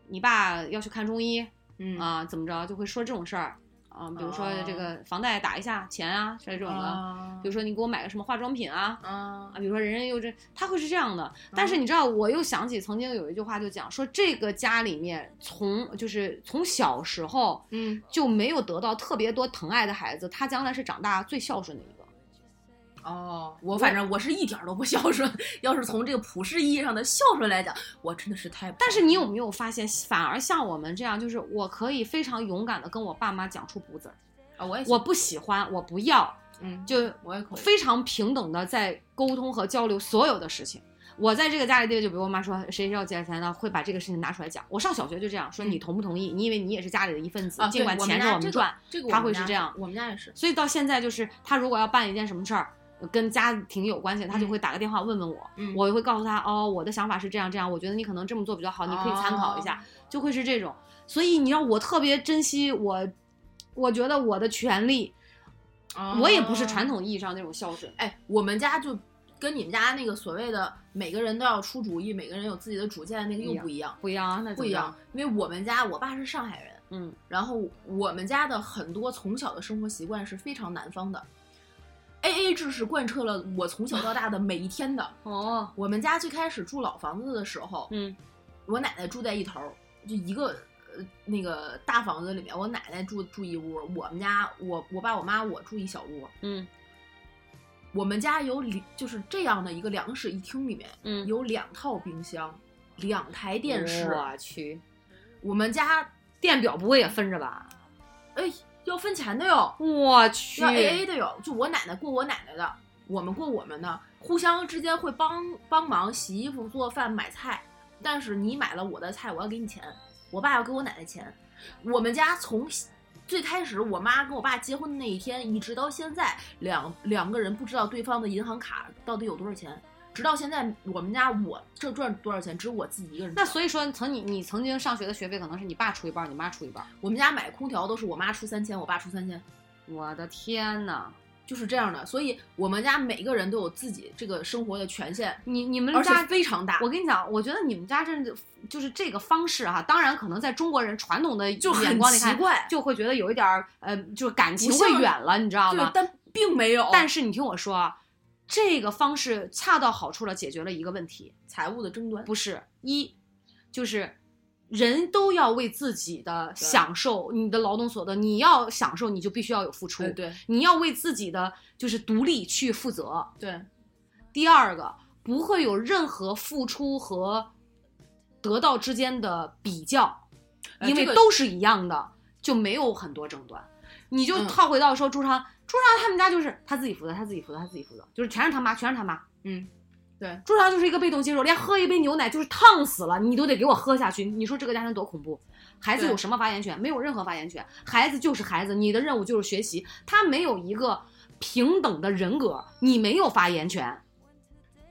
S3: 你爸要去看中医，
S2: 嗯
S3: 啊、怎么着就会说这种事儿啊、比如说
S2: 哦
S3: 这个房贷打一下钱啊，这种的，
S2: 啊
S3: 比如说你给我买个什么化妆品啊。
S2: 啊
S3: 啊，比如说人人又这，他会是这样的。但是你知道，我又想起曾经有一句话，就讲说这个家里面从就是从小时候
S2: 嗯
S3: 就没有得到特别多疼爱的孩子，他将来是长大最孝顺的一个。
S2: 哦，我反正我是一点儿都不孝顺。 要是从这个普世意义上的孝顺来讲，我真的是太……
S3: 但是你有没有发现，反而像我们这样，就是我可以非常勇敢的跟我爸妈讲出不字儿，
S2: 啊，我也
S3: 我不喜欢，我不要，
S2: 嗯，
S3: 就
S4: 我也可以。
S3: 非常平等的在沟通和交流所有的事情。我在这个家里地位，就比如我妈说谁要借钱呢，会把这个事情拿出来讲。我上小学就这样说，你同不同意？你以为你也是家里的一份子，
S2: 嗯啊，
S3: 尽
S2: 对
S3: 管
S2: 我
S3: 钱是
S2: 家
S3: 我
S2: 这
S3: 们
S2: 个
S3: 赚，，
S2: 这个我
S3: 他
S2: 们
S3: 会是
S2: 家
S3: 这样
S2: 我们家也是，
S3: 所以到现在就是他如果要办一件什么事儿。呃跟家庭有关系的，他就会打个电话问问我，
S2: 嗯
S3: 我会告诉他哦，我的想法是这样这样，我觉得你可能这么做比较好，你可以参考一
S2: 哦
S3: 下，就会是这种。所以你让我特别珍惜我，我觉得我的权利，
S2: 哦
S3: 我也不是传。统意义上那种孝顺，
S2: 哎，我们家就跟你们家那个所谓的每个人都要出主意，每个人有自己的主见，那个又不一样，
S3: 不一样啊，那
S2: 不一样，。因为我们家我爸是上海人，
S3: 嗯，
S2: 然后我们家的很多从小的生活习惯是非常南方的。A A 制是贯彻了我从小到大的每一天的。
S3: 哦，
S2: 我们家最开始住老房子的时候，
S3: 嗯，
S2: 我奶奶住在一头儿，就一个呃那个大房子里面，我奶奶住住一屋，我们家我我爸我妈我住一小屋。
S3: 嗯
S2: 我们家有里就是这样的一个两室一厅，里面
S3: 嗯，
S2: 有两套冰箱，两台电视。
S3: 我啊去，
S2: 我们家
S3: 电表不会也分着吧？
S2: 哎要分钱的哟，
S3: 我去，
S2: 要 A A 的哟，就我奶奶过我奶奶的，我们过我们的，互相之间会帮帮忙洗衣服、做饭、买菜。但是你买了我的菜，我要给你钱，我爸要给我奶奶钱。我们家从最开始我妈跟我爸结婚的那一天，一直到现在，两两个人不知道对方的银行卡到底有多少钱。直到现在，我们家我这赚多少钱，只有我自己一个人。
S3: 那所以说，曾你你曾经上学的学费可能是你爸出一半儿，你妈出一半儿。
S2: 我们家买空调都是我妈出三千，我爸出三千。
S3: 我的天呐，
S2: 就是这样的，所以我们家每个人都有自己这个生活的权限，
S3: 你你们
S2: 而且
S3: 家
S2: 非常大，
S3: 我跟你讲，我觉得你们家这就是这个方式哈、当然可能在中国人传统的
S2: 就
S3: 眼
S2: 很
S3: 光里
S2: 奇
S3: 看，
S2: 怪，
S3: 就会觉得有一点儿呃，就是感情
S2: 不
S3: 会
S2: 像
S3: 远了，你知道
S2: 对
S3: 吗，？
S2: 但并没有，
S3: 但是你听我说啊，这个方式恰到好处的解决了一个问题，
S2: 财务的争端
S3: 不是一，就是人都要为自己的
S2: 对
S3: 享受你的劳动所得，你要享受你就必须要有付出，
S2: 哎对呃对
S3: 你要为自己的就是独立去负责。
S2: 对，
S3: 第二个，不会有任何付出和得到之间的比较，
S2: 呃
S3: 因为
S2: 这个
S3: 都是一样的，就没有很多争端。你就
S2: 嗯
S3: 套回到说朱常，朱常他们家就是他自己负责，他自己负责，他自己负责，就是全是他妈，全是他妈。
S2: 嗯，对，
S3: 朱常就是一个被动接受，连喝一杯牛奶就是烫死了，你都得给我喝下去。你说这个家庭多恐怖？孩子
S2: 对
S3: 有什么发言权？没有任何发言权，孩子就是孩子，你的任务就是学习，他没有一个平等的人格，你没有发言权，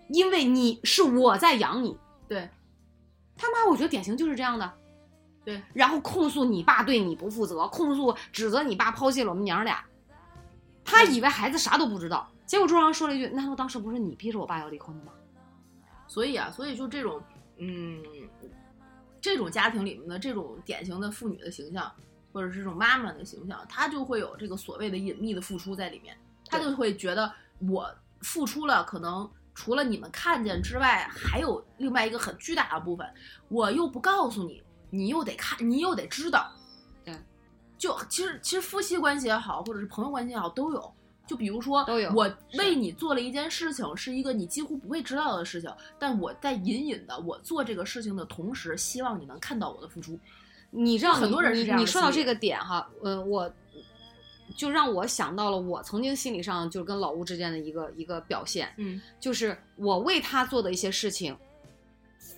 S3: 因为你是我在养你。
S2: 对，
S3: 他妈，我觉得典型就是这样的。
S2: 对，
S3: 然后控诉你爸对你不负责，控诉指责你爸抛弃了我们娘儿俩，他以为孩子啥都不知道，结果朱常说了一句：“难道当时不是你逼着我爸要离婚的吗？”
S2: 所以啊，所以就这种，嗯，这种家庭里面的这种典型的妇女的形象，或者是这种妈妈的形象，她就会有这个所谓的隐秘的付出在里面，她就会觉得我付出了，可能除了你们看见之外，还有另外一个很巨大的部分，我又不告诉你，你又得看，你又得知道，
S3: 对，
S2: 就其实其实夫妻关系也好，或者是朋友关系也好，都有。就比如说，
S3: 都有
S2: 我
S3: 是
S2: 为你做了一件事情，是一个你几乎不会知道的事情，但我在隐隐的我做这个事情的同时，希望你能看到我的付出。
S3: 你知道你，
S2: 很多人是
S3: 你
S2: 这样
S3: 你
S2: 的
S3: 说到
S2: 心
S3: 这
S2: 理
S3: 个点哈，呃，我就让我想到了我曾经心理上就是跟老吴之间的一个一个表现，
S2: 嗯
S3: 就是我为他做的一些事情，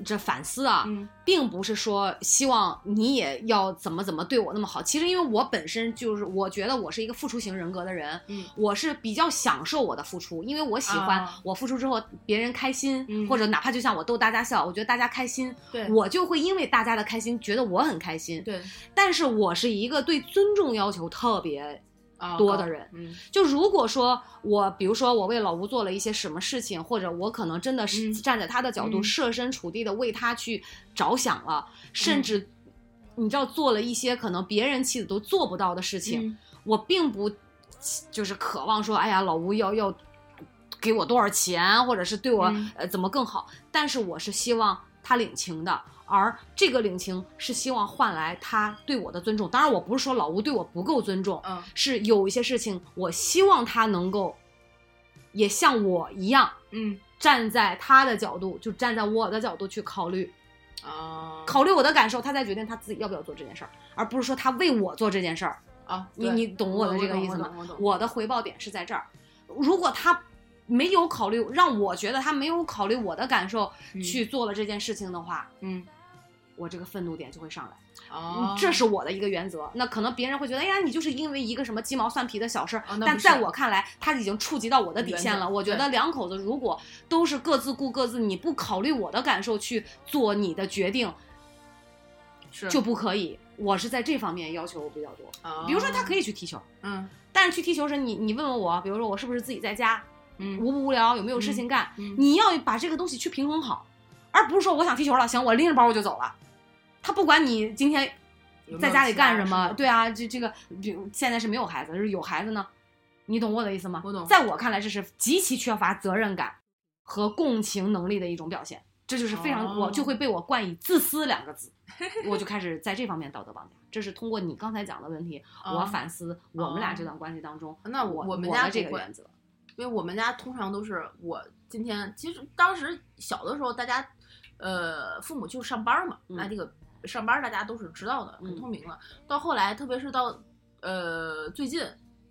S3: 这反思啊，
S2: 嗯，
S3: 并不是说希望你也要怎么怎么对我那么好。其实因为我本身就是，我觉得我是一个付出型人格的人，
S2: 嗯
S3: 我是比较享受我的付出，因为我喜欢
S2: 啊
S3: 我付出之后别人开心，
S2: 嗯
S3: 或者哪怕就像我逗大家笑，我觉得大家开心，
S2: 对
S3: 我就会因为大家的开心觉得我很开心。
S2: 对
S3: 但是我是一个对尊重要求特别
S2: 啊
S3: 多的人。
S2: 嗯
S3: 就如果说我，比如说我为老吴做了一些什么事情，或者我可能真的是
S2: 嗯
S3: 站在他的角度，
S2: 嗯
S3: 设身处地的为他去着想了，
S2: 嗯
S3: 甚至你知道做了一些可能别人妻子都做不到的事情，
S2: 嗯
S3: 我并不就是渴望说，哎呀，老吴要要给我多少钱，或者是对我、
S2: 嗯
S3: 呃怎么更好，但是我是希望他领情的。而这个领情是希望换来他对我的尊重，当然我不是说老吴对我不够尊重，
S2: 嗯
S3: 是有一些事情，我希望他能够也像我一样，
S2: 嗯
S3: 站在他的角度，就站在我的角度去考虑，
S2: 啊
S3: 考虑我的感受，他再决定他自己要不要做这件事儿，而不是说他为我做这件事儿。
S2: 啊，
S3: 你
S2: 对
S3: 你懂我的这个
S2: 懂
S3: 意思
S2: 我
S3: 吗
S2: 懂我懂
S3: 我的回报点是在这儿，如果他没有考虑，让我觉得他没有考虑我的感受
S2: 嗯
S3: 去做了这件事情的话，
S2: 嗯，
S3: 我这个愤怒点就会上来。嗯
S2: 哦，
S3: 这是我的一个原则。那可能别人会觉得，哎呀，你就是因为一个什么鸡毛蒜皮的小事儿，
S2: 哦那
S3: 但
S2: 不是
S3: 在我看来，他已经触及到我的底线
S2: 原
S3: 了。
S2: 则
S3: 我觉得
S2: 对
S3: 两口子如果都是各自顾各自，你不考虑我的感受去做你的决定，
S2: 是
S3: 就不可以。我是在这方面要求比较多。
S2: 哦
S3: 比如说，他可以去踢球，
S2: 嗯
S3: 但是去踢球时，你你问问我，比如说我是不是自己在家，
S2: 嗯
S3: 无不无聊，有没有事情干，
S2: 嗯
S3: 你要把这个东西去平衡好，而不是说我想踢球了，行，我拎着包我就走了。他不管你今天
S2: 有没有
S3: 在家里
S2: 其他
S3: 干什么，
S2: 事
S3: 对啊，这这个比如现在是没有孩子，是有孩子呢，你懂我的意思吗？
S2: 我懂
S3: 在我看来，这是极其缺乏责任感和共情能力的一种表现，这就是非常、
S2: 哦
S3: 我就会被我冠以自私两个 字，我就开始在这方面道德绑架。这是通过你刚才讲的问题，我
S2: 哦
S3: 反思我们俩这段关系当中，
S2: 那
S3: 我
S2: 我我们
S3: 我
S2: 家
S3: 的这
S2: 不
S3: 个
S2: 会
S3: 原则，
S2: 因为我们家通常都是我今天，其实当时小的时候，大家，呃，父母就上班嘛，
S3: 嗯
S2: 那这个上班大家都是知道的，很
S3: 嗯
S2: 透明了。到后来，特别是到，呃，最近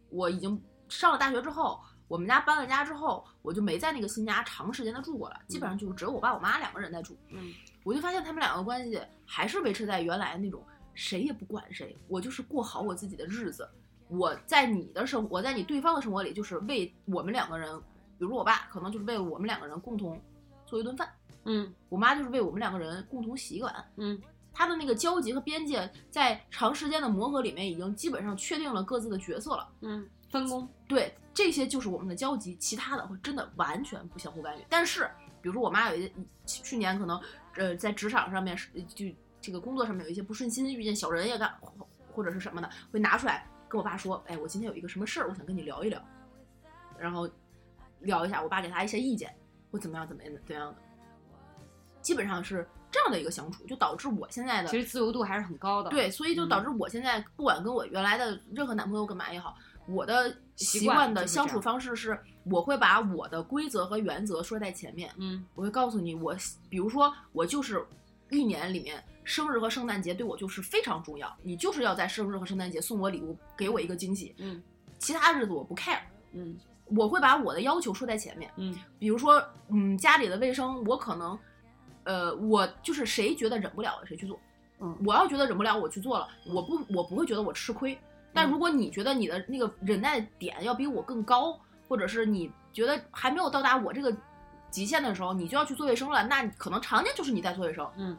S2: 我已经上了大学之后，我们家搬了家之后，我就没在那个新家长时间的住过了，基本上就是只有我爸我妈两个人在住。
S3: 嗯，
S2: 我就发现他们两个关系还是维持在原来那种谁也不管谁，我就是过好我自己的日子。我在你的生，我在你对方的生活里，就是为我们两个人，比如我爸可能就是为了我们两个人共同做一顿饭，
S3: 嗯
S2: 我妈就是为我们两个人共同洗一个碗。
S3: 嗯
S2: 他的那个交集和边界，在长时间的磨合里面，已经基本上确定了各自的角色了。
S3: 嗯，分工，
S2: 对，这些就是我们的交集，其他的会真的完全不相互干预。但是，比如说我妈有一些去去年可能呃在职场上面是就这个工作上面有一些不顺心，遇见小人也干或或者是什么的，会拿出来跟我爸说，哎，我今天有一个什么事儿，我想跟你聊一聊，然后聊一下，我爸给他一些意见，或怎么样怎么样怎么样的，基本上是这样的一个相处，就导致我现在的
S3: 其实自由度还是很高的。，
S2: 对，所以就导
S3: 嗯
S2: 致我现在不管跟我原来的任何男朋友干嘛也好，我的
S3: 习
S2: 习
S3: 惯
S2: 惯
S3: 就
S2: 的
S3: 是
S2: 相
S3: 这
S2: 处
S3: 样
S2: 方式是，我会把我的规则和原则说在前面。
S3: 嗯
S2: 我会告诉你，我比如说我就是一年里面生日和圣诞节对我就是非常重要，你就是要在生日和圣诞节送我礼物，给我一个惊喜，
S3: 嗯
S2: 其他日子我不 care。
S3: 嗯
S2: 我会把我的要求说在前面，
S3: 嗯
S2: 比如说，嗯，家里的卫生，我可能，呃，我就是谁觉得忍不了了谁去做，
S3: 嗯
S2: 我要觉得忍不了我去做了，我不我不会觉得我吃亏，但
S3: 嗯
S2: 如果你觉得你的那个忍耐点要比我更高，或者是你觉得还没有到达我这个极限的时候，你就要去做卫生了，那你可能常年就是你在做卫生，
S3: 嗯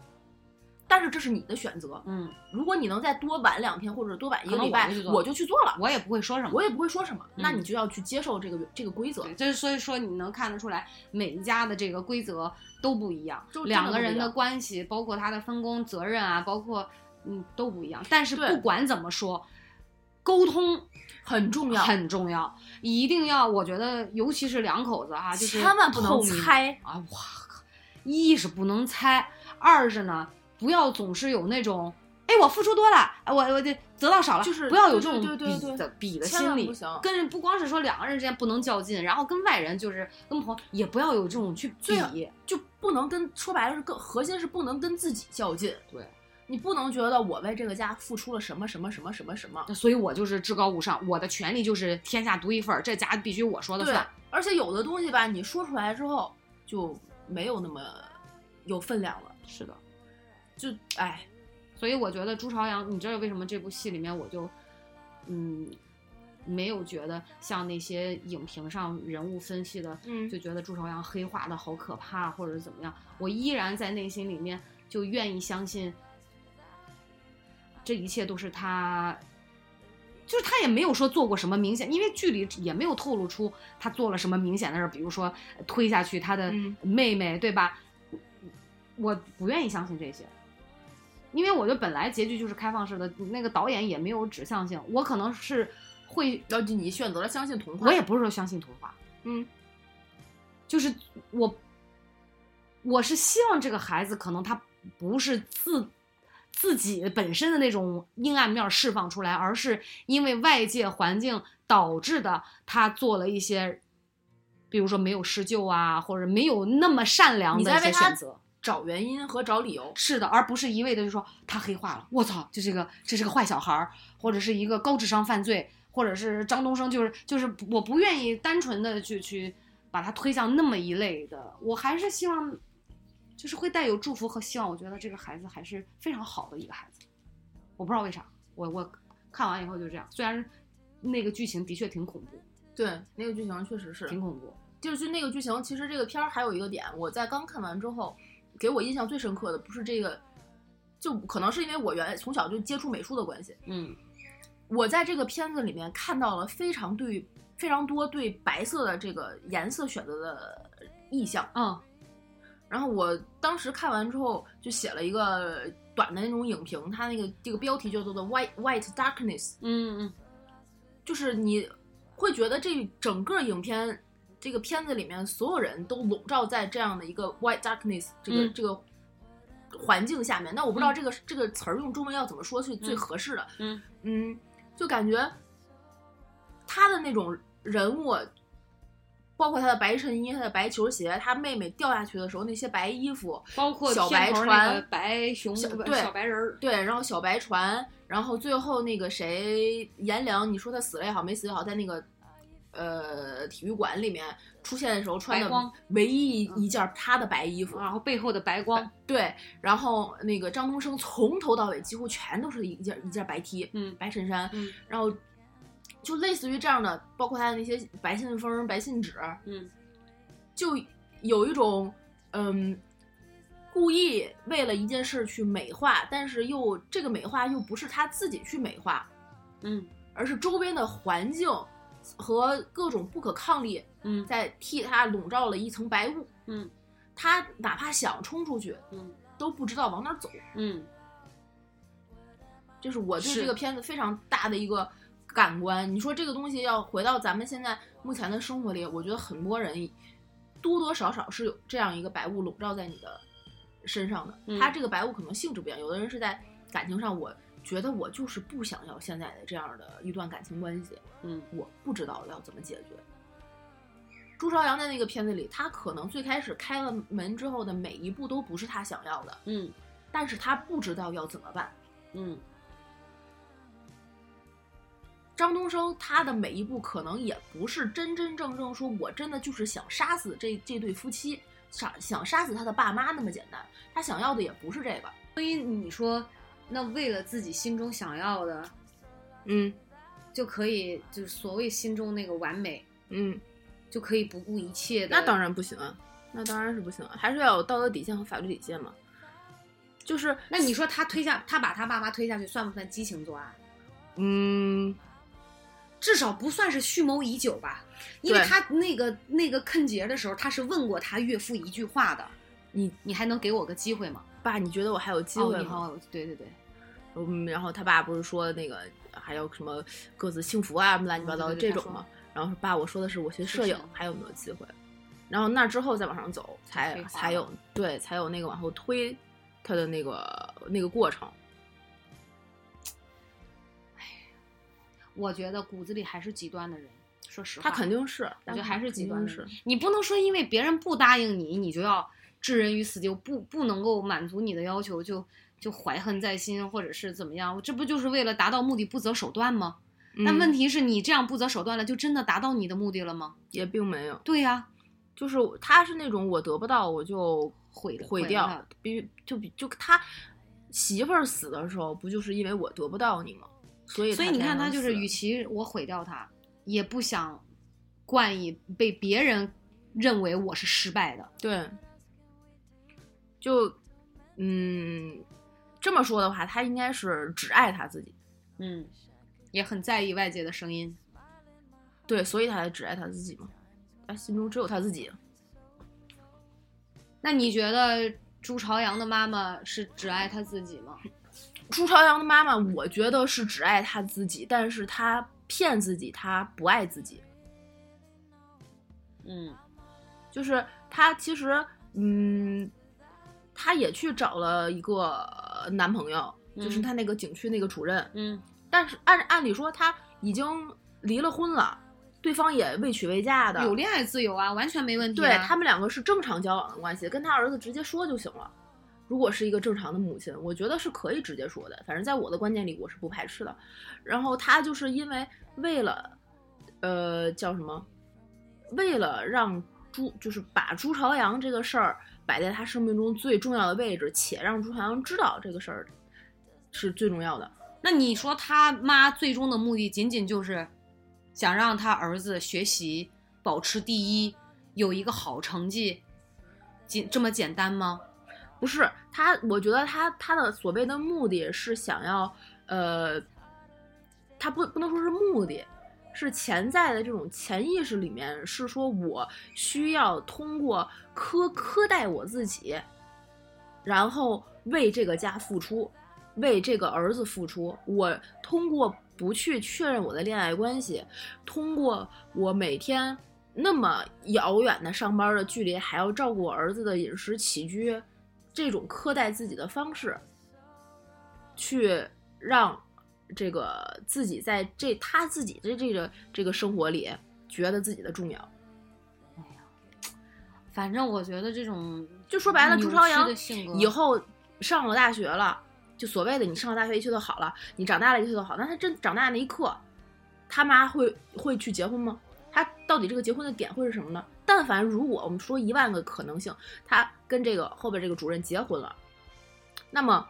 S2: 但是这是你的选择，
S3: 嗯，
S2: 如果你能再多晚两天或者多晚一
S3: 可
S2: 个
S3: 能
S2: 礼
S3: 我
S2: 拜
S3: 就去，做
S2: 我就去做了，
S3: 我也不会说什么。
S2: 我也不会说什么，那
S3: 嗯
S2: 你就要去接受这个这个规则，
S3: 对，就是所以说你能看得出来，每一家的这个规则都不一样
S2: 就，真的
S3: 两
S2: 不
S3: 个
S2: 一
S3: 人的
S2: 样
S3: 关系，包括他的分工、责任啊，包括嗯都不一样。但是
S2: 对
S3: 不管怎么说，沟通
S2: 很重要，
S3: 很重要，一定要，我觉得尤其是两口子啊，就是
S2: 千万不能
S3: 透明
S2: 猜。
S3: 啊！哇靠，一是不能猜，二是呢，不要总是有那种。哎，我付出多了，哎我我这得到少了，
S2: 就是
S3: 不要有
S2: 对
S3: 这种
S2: 对对对
S3: 比
S2: 对
S3: 的比的
S2: 千
S3: 心
S2: 万
S3: 理
S2: 不行，
S3: 跟人不光是说两个人之间不能较劲，然后跟外人就是跟朋友也不要有这种去
S2: 最好
S3: 比，
S2: 就不能跟说白了是更核心是不能跟自己较劲，
S3: 对，
S2: 你不能觉得我为这个家付出了什么什么什么什么什么，
S3: 所以我就是至高无上，我的权利就是天下独一份儿，这家必须我说了
S2: 对
S3: 算。，
S2: 而且有的东西吧，你说出来之后就没有那么有分量了，
S3: 是的，
S2: 就哎，
S3: 所以我觉得朱朝阳，你知道为什么这部戏里面我就，嗯，没有觉得像那些影评上人物分析的，
S2: 嗯
S3: 就觉得朱朝阳黑化的好可怕，或者怎么样，我依然在内心里面就愿意相信，这一切都是他，就是他也没有说做过什么明显，因为剧里也没有透露出他做了什么明显的事儿，比如说推下去他的
S2: 嗯
S3: 妹妹，对吧？我不愿意相信这些。因为我就本来结局就是开放式的，那个导演也没有指向性，我可能是会
S2: 然后就你选择了相信童话，
S3: 我也不是说相信童话，
S2: 嗯，
S3: 就是我，我是希望这个孩子可能他不是自自己本身的那种阴暗面儿释放出来，而是因为外界环境导致的，他做了一些，比如说没有施救啊，或者没有那么善良
S2: 你
S3: 的一
S2: 在
S3: 些
S2: 为他
S3: 选择。
S2: 找原因和找理由，
S3: 是的，而不是一味的就说他黑化了，我操，这是个这是个坏小孩儿，或者是一个高智商犯罪，或者是张东升，就是就是我不愿意单纯的去去把它推向那么一类的，我还是希望就是会带有祝福和希望。我觉得这个孩子还是非常好的一个孩子，我不知道为啥，我我看完以后就这样，虽然那个剧情的确挺恐怖，
S2: 对，那个剧情确实是
S3: 挺恐怖，
S2: 就是就那个剧情，其实这个片儿还有一个点，我在刚看完之后，给我印象最深刻的不是这个，就可能是因为我原来从小就接触美术的关系，
S3: 嗯
S2: 我在这个片子里面看到了非常对非常多对白色的这个颜色选择的意象。
S3: 嗯
S2: 然后我当时看完之后，就写了一个短的那种影评，它那个这个标题叫做《The White White Darkness》，
S3: 嗯嗯
S2: 就是你会觉得这整个影片这个片子里面所有人都笼罩在这样的一个 white darkness 这个、
S3: 嗯
S2: 这个环境下面。但我不知道
S3: 嗯
S2: 这个、这个词儿用中文要怎么说是最合适的。
S3: 嗯
S2: 嗯，就感觉他的那种人物。包括他的白衬衣、他的白球鞋，他妹妹掉下去的时候那些白衣服，
S3: 包括
S2: 小
S3: 片
S2: 白
S3: 头那
S2: 船
S3: 个白熊
S2: 小
S3: 不
S2: 对
S3: 小白人儿，
S2: 对，然后小白船，然后最后那个谁颜良，你说他死了也好，没死也好，在那个呃体育馆里面出现的时候穿
S3: 白
S2: 的
S3: 光
S2: 唯一
S3: 嗯
S2: 一件他的白衣服，
S3: 然后背后的白光，
S2: 对，然后那个张东升从头到尾几乎全都是一件一件白 T、
S3: 嗯
S2: 白衬衫，
S3: 嗯
S2: 然后就类似于这样的，包括他的那些白信封、白信纸，
S3: 嗯
S2: 就有一种嗯，故意为了一件事去美化，但是又这个美化又不是他自己去美化，
S3: 嗯
S2: 而是周边的环境和各种不可抗力
S3: 嗯
S2: 在替他笼罩了一层白雾。
S3: 嗯
S2: 他哪怕想冲出去，
S3: 嗯
S2: 都不知道往哪儿走。
S3: 嗯
S2: 这是我对
S3: 是
S2: 这个片子非常大的一个感官。你说这个东西要回到咱们现在目前的生活里，我觉得很多人多多少少是有这样一个白雾笼罩在你的身上的。
S3: 嗯
S2: 它这个白雾可能性质不一样，有的人是在感情上，我觉得我就是不想要现在的这样的一段感情关系，
S3: 嗯
S2: 我不知道要怎么解决。朱朝阳在那个片子里，他可能最开始开了门之后的每一步都不是他想要的，
S3: 嗯
S2: 但是他不知道要怎么办。
S3: 嗯
S2: 张东升他的每一步可能也不是真真正正说，我真的就是想杀死这这对夫妻，想想杀死他的爸妈那么简单。他想要的也不是这个。
S3: 所以你说，那为了自己心中想要的，
S2: 嗯
S3: 就可以就是所谓心中那个完美，
S2: 嗯，
S3: 就可以不顾一切的。
S2: 那当然不行啊，那当然是不行、啊，还是要有道德底线和法律底线嘛。就是
S3: 那你说他推下他把他爸妈推下去，算不算激情作案？
S2: 嗯，
S3: 至少不算是蓄谋已久吧，因为
S2: 对
S3: 他那个那个坑节的时候，他是问过他岳父一句话的，
S2: 你
S3: 你还能给我个机会吗？
S2: 爸，你觉得我还有机会
S3: 哦你
S2: 吗？
S3: 好，对对对，
S2: 嗯，然后他爸不是说那个还有什么各自幸福啊，什么乱七八糟
S3: 嗯
S2: 的
S3: 对
S2: 这
S3: 对
S2: 种
S3: 他说
S2: 吗？然后说爸，我说的是我学摄影
S3: 摄影
S2: 还有没有机会？然后那之后再往上走，才
S3: 才退化
S2: 才有对，才有那个往后推他的那个那个过程。
S3: 我觉得骨子里还是极端的人，说实话，
S2: 他肯定是，
S3: 我觉得还是极
S2: 肯
S3: 端
S2: 定
S3: 的
S2: 嗯是
S3: 人。你不能说因为别人不答应你，你就要置人于死地，不不能够满足你的要求，就就怀恨在心，或者是怎么样？这不就是为了达到目的不择手段吗？
S2: 嗯
S3: 但问题是你这样不择手段了，就真的达到你的目的了吗？
S2: 也并没有，
S3: 对呀、
S2: 就是他是那种我得不到我就
S3: 毁了
S2: 毁
S3: 毁
S2: 掉
S3: 了，
S2: 比就比就他媳妇儿死的时候，不就是因为我得不到你吗？所以
S3: 所以
S2: 才
S3: 你看，
S2: 能
S3: 他就是，
S2: 死
S3: 与其我毁掉他，也不想冠以被别人认为我是失败的。
S2: 对，就嗯，这么说的话，他应该是只爱他自己，
S3: 嗯，也很在意外界的声音。
S2: 对，所以他才只爱他自己嘛，他心中只有他自己。
S3: 那你觉得朱朝阳的妈妈是只爱他自己吗？
S2: 朱朝阳的妈妈，我觉得是只爱他自己，但是他骗自己，他不爱自己，
S3: 嗯
S2: 就是他其实嗯，他也去找了一个呃男朋友，就是
S3: 嗯
S2: 他那个景区那个主任，
S3: 嗯
S2: 但是按按理说他已经离了婚了，对方也未娶未嫁的，
S3: 有恋爱自由啊，完全没问题、啊。
S2: 对他们两个是正常交往的关系，跟他儿子直接说就行了。如果是一个正常的母亲，我觉得是可以直接说的。反正在我的观念里，我是不排斥的。然后他就是因为为了，呃，叫什么？为了让朱，就是把朱朝阳这个事儿摆在他生命中最重要的位置，且让朱朝阳知道这个事儿是最重要的。
S3: 那你说他妈最终的目的仅仅就是想让他儿子学习保持第一，有一个好成绩，仅这么简单吗？
S2: 不是他，我觉得他他的所谓的目的是想要，呃，他不不能说是目的，是潜在的这种潜意识里面是说我需要通过苛苛待我自己，然后为这个家付出，为这个儿子付出。我通过不去确认我的恋爱关系，通过我每天那么遥远的上班的距离，还要照顾我儿子的饮食起居，这种苛待自己的方式，去让这个自己在这他自己的这个这个生活里觉得自己的重要。
S3: 反正我觉得这种
S2: 就说白了，朱朝阳
S3: 扭曲的性格
S2: 以后上了大学了，就所谓的你上了大学一切都好了，你长大了一切都好，但他真长大那一刻，他妈会会去结婚吗？他到底这个结婚的点会是什么呢？但凡如果我们说一万个可能性，他跟这个后边这个主任结婚了，那么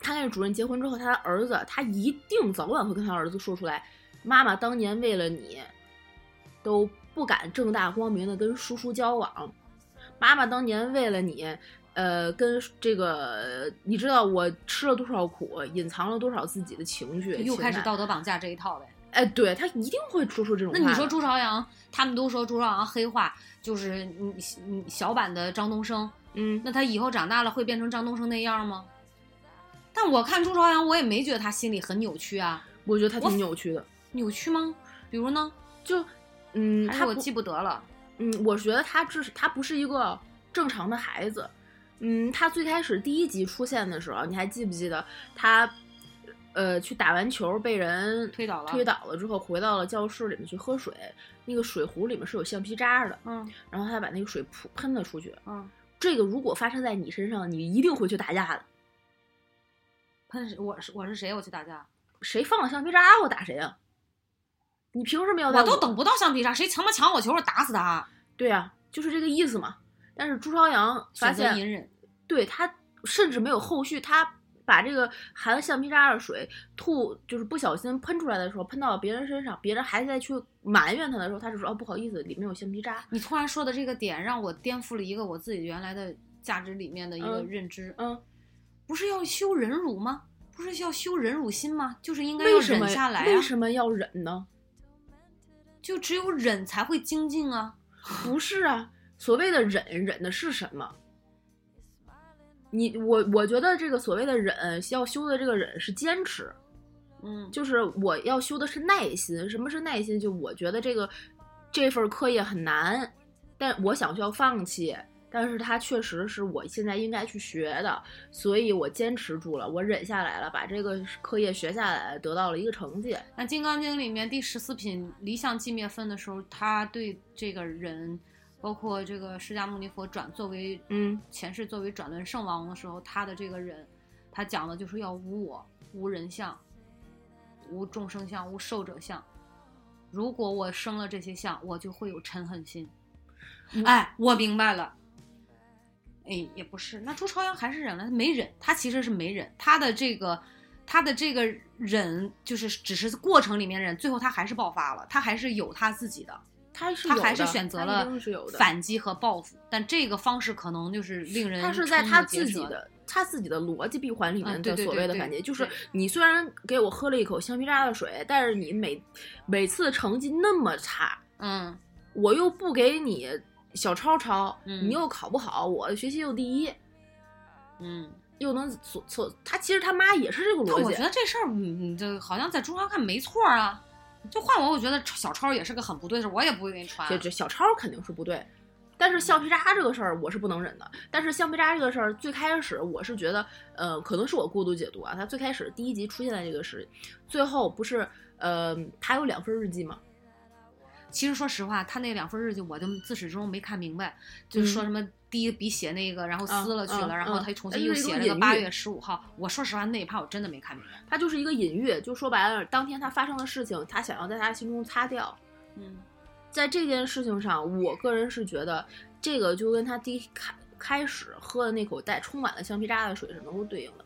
S2: 他跟这主任结婚之后，他的儿子他一定早晚会跟他儿子说出来，妈妈当年为了你，都不敢正大光明的跟叔叔交往，妈妈当年为了你，呃，跟这个你知道我吃了多少苦，隐藏了多少自己的情绪，
S3: 又开始
S2: 到
S3: 道德绑架这一套呗。
S2: 哎，对他一定会说出这种
S3: 那
S2: 话。
S3: 你说朱朝阳，他们都说朱朝阳黑化，就是你你小版的张东升，
S2: 嗯，
S3: 那他以后长大了会变成张东升那样吗？但我看朱朝阳，我也没觉得他心里很扭曲啊，
S2: 我觉得他挺扭曲的，
S3: 扭曲吗？比如呢？
S2: 就嗯，
S3: 还是
S2: 他
S3: 我
S2: 不
S3: 记不得了。
S2: 嗯，我觉得他这是他不是一个正常的孩子。嗯，他最开始第一集出现的时候，你还记不记得他，呃，去打完球被人
S3: 推倒了
S2: 推倒了之后回到了教室里面去喝水，那个水壶里面是有橡皮渣的，
S3: 嗯
S2: 然后他把那个水扑喷了出去。
S3: 嗯，
S2: 这个如果发生在你身上，你一定会去打架的。
S3: 喷谁？我是我是谁？我去打架？
S2: 谁放了橡皮渣，我打谁啊？你凭什么要在
S3: 我都等不到橡皮擦，谁他妈抢我球，我打死他！
S2: 对呀、就是这个意思嘛。但是朱朝阳发
S3: 选择
S2: 现
S3: 隐忍。
S2: 对他甚至没有后续，他把这个含橡皮渣的水吐，就是不小心喷出来的时候，喷到了别人身上，别人还在去埋怨他的时候，他就说哦不好意思，里面有橡皮渣。
S3: 你突然说的这个点，让我颠覆了一个我自己原来的价值里面的一个
S2: 嗯
S3: 认知。
S2: 嗯，
S3: 不是要修忍辱吗？不是要修忍辱心吗？就是应该要
S2: 为什
S3: 忍
S2: 么
S3: 下来啊
S2: 为！什么要忍呢？
S3: 就只有忍才会精进啊！
S2: 不是啊，所谓的忍，忍的是什么？你我我觉得这个所谓的忍，要修的这个忍是坚持，
S3: 嗯，
S2: 就是我要修的是耐心。什么是耐心？就我觉得这个这份课业很难，但我想要放弃，但是它确实是我现在应该去学的，所以我坚持住了，我忍下来了，把这个课业学下来，得到了一个成绩。
S3: 那《金刚经》里面第十四品离相寂灭分的时候，他对这个人，包括这个释迦牟尼佛转作为
S2: 嗯
S3: 前世作为转轮圣王的时候，他的这个人，他讲的就是要无我、无人相、无众生相、无寿者相。如果我生了这些相，我就会有嗔恨心。哎，我明白了。哎，也不是，那朱朝阳还是忍了，没忍，他其实是没忍，他的这个，他的这个忍就是只是过程里面忍，最后他还是爆发了，他还是有他自己的。
S2: 他是
S3: 他
S2: 有
S3: 还是
S2: 的
S3: 选择
S2: 他一
S3: 了
S2: 定是有的
S3: 反击和报复，但这个方式可能就是令人
S2: 他是在他自己的他自己的逻辑闭环里
S3: 啊
S2: 面
S3: 对
S2: 的
S3: 对
S2: 所
S3: 对
S2: 谓的
S3: 对
S2: 反击，就是
S3: 对
S2: 你虽然给我喝了一口橡皮渣的水，但是你每每次成绩那么差，
S3: 嗯
S2: 我又不给你小抄抄，
S3: 嗯
S2: 你又考不好，我学习又第一，
S3: 嗯。
S2: 又能所所他其实他妈也是这个
S3: 但
S2: 逻
S3: 我觉
S2: 辑，
S3: 得这事儿，嗯，这好像在中超看没错儿啊。就换我，我觉得小超也是个很不对的事儿，我也不会给你穿啊。
S2: 这这小抄肯定是不对。但是橡皮渣这个事儿我是不能忍的。但是橡皮渣这个事儿最开始我是觉得，呃，可能是我过度解读啊。他最开始第一集出现在这个事，最后不是，呃，他有两份日记嘛，
S3: 其实说实话，他那两份日记我就自始至终没看明白，就是说什么第一笔写那个，然后撕了去了，
S2: 嗯嗯嗯
S3: 然后他又重新又写了
S2: 嗯
S3: 个
S2: 嗯
S3: 八月十五号。我说实话，那一趴我真的没看明白。
S2: 它就是一个隐喻，就说白了，当天他发生的事情，他想要在他心中擦掉。
S3: 嗯
S2: 在这件事情上，我个人是觉得这个就跟他第一开开始喝的那口带充满了橡皮渣的水是能够对应的。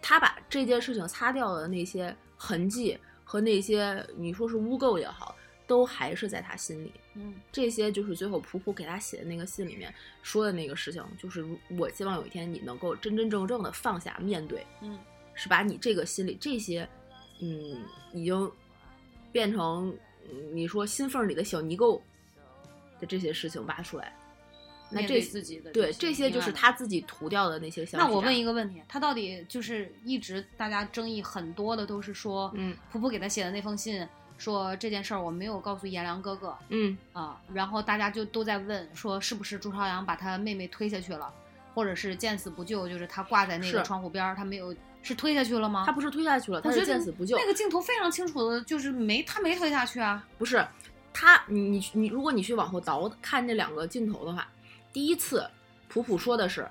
S2: 他把这件事情擦掉的那些痕迹和那些你说是污垢也好，都还是在他心里。
S3: 嗯
S2: 这些就是最后普普给他写的那个信里面说的那个事情，就是如我希望有一天你能够真真正正的放下面对，
S3: 嗯
S2: 是把你这个心里这些，嗯，已经变成嗯你说心缝里的小泥垢的这些事情挖出来。那
S3: 面
S2: 这
S3: 对自己的这
S2: 对
S3: 些
S2: 这些就是
S3: 明白
S2: 他自己涂掉的那些橡皮
S3: 那
S2: 渣。
S3: 我问一个问题，他到底就是一直大家争议很多的都是说，
S2: 嗯
S3: 普普给他写的那封信说这件事儿我没有告诉颜良哥哥
S2: 嗯，
S3: 啊，然后大家就都在问说是不是朱朝阳把他妹妹推下去了，或者是见死不救，就是他挂在那个
S2: 是
S3: 窗户边儿，他没有是推下去了吗？
S2: 他不是推下去了，他
S3: 我觉
S2: 是
S3: 得
S2: 见死不救。
S3: 那个镜头非常清楚的，就是没他没推下去啊。
S2: 不是他，你你你，如果你去往后倒看这两个镜头的话，第一次普普说的是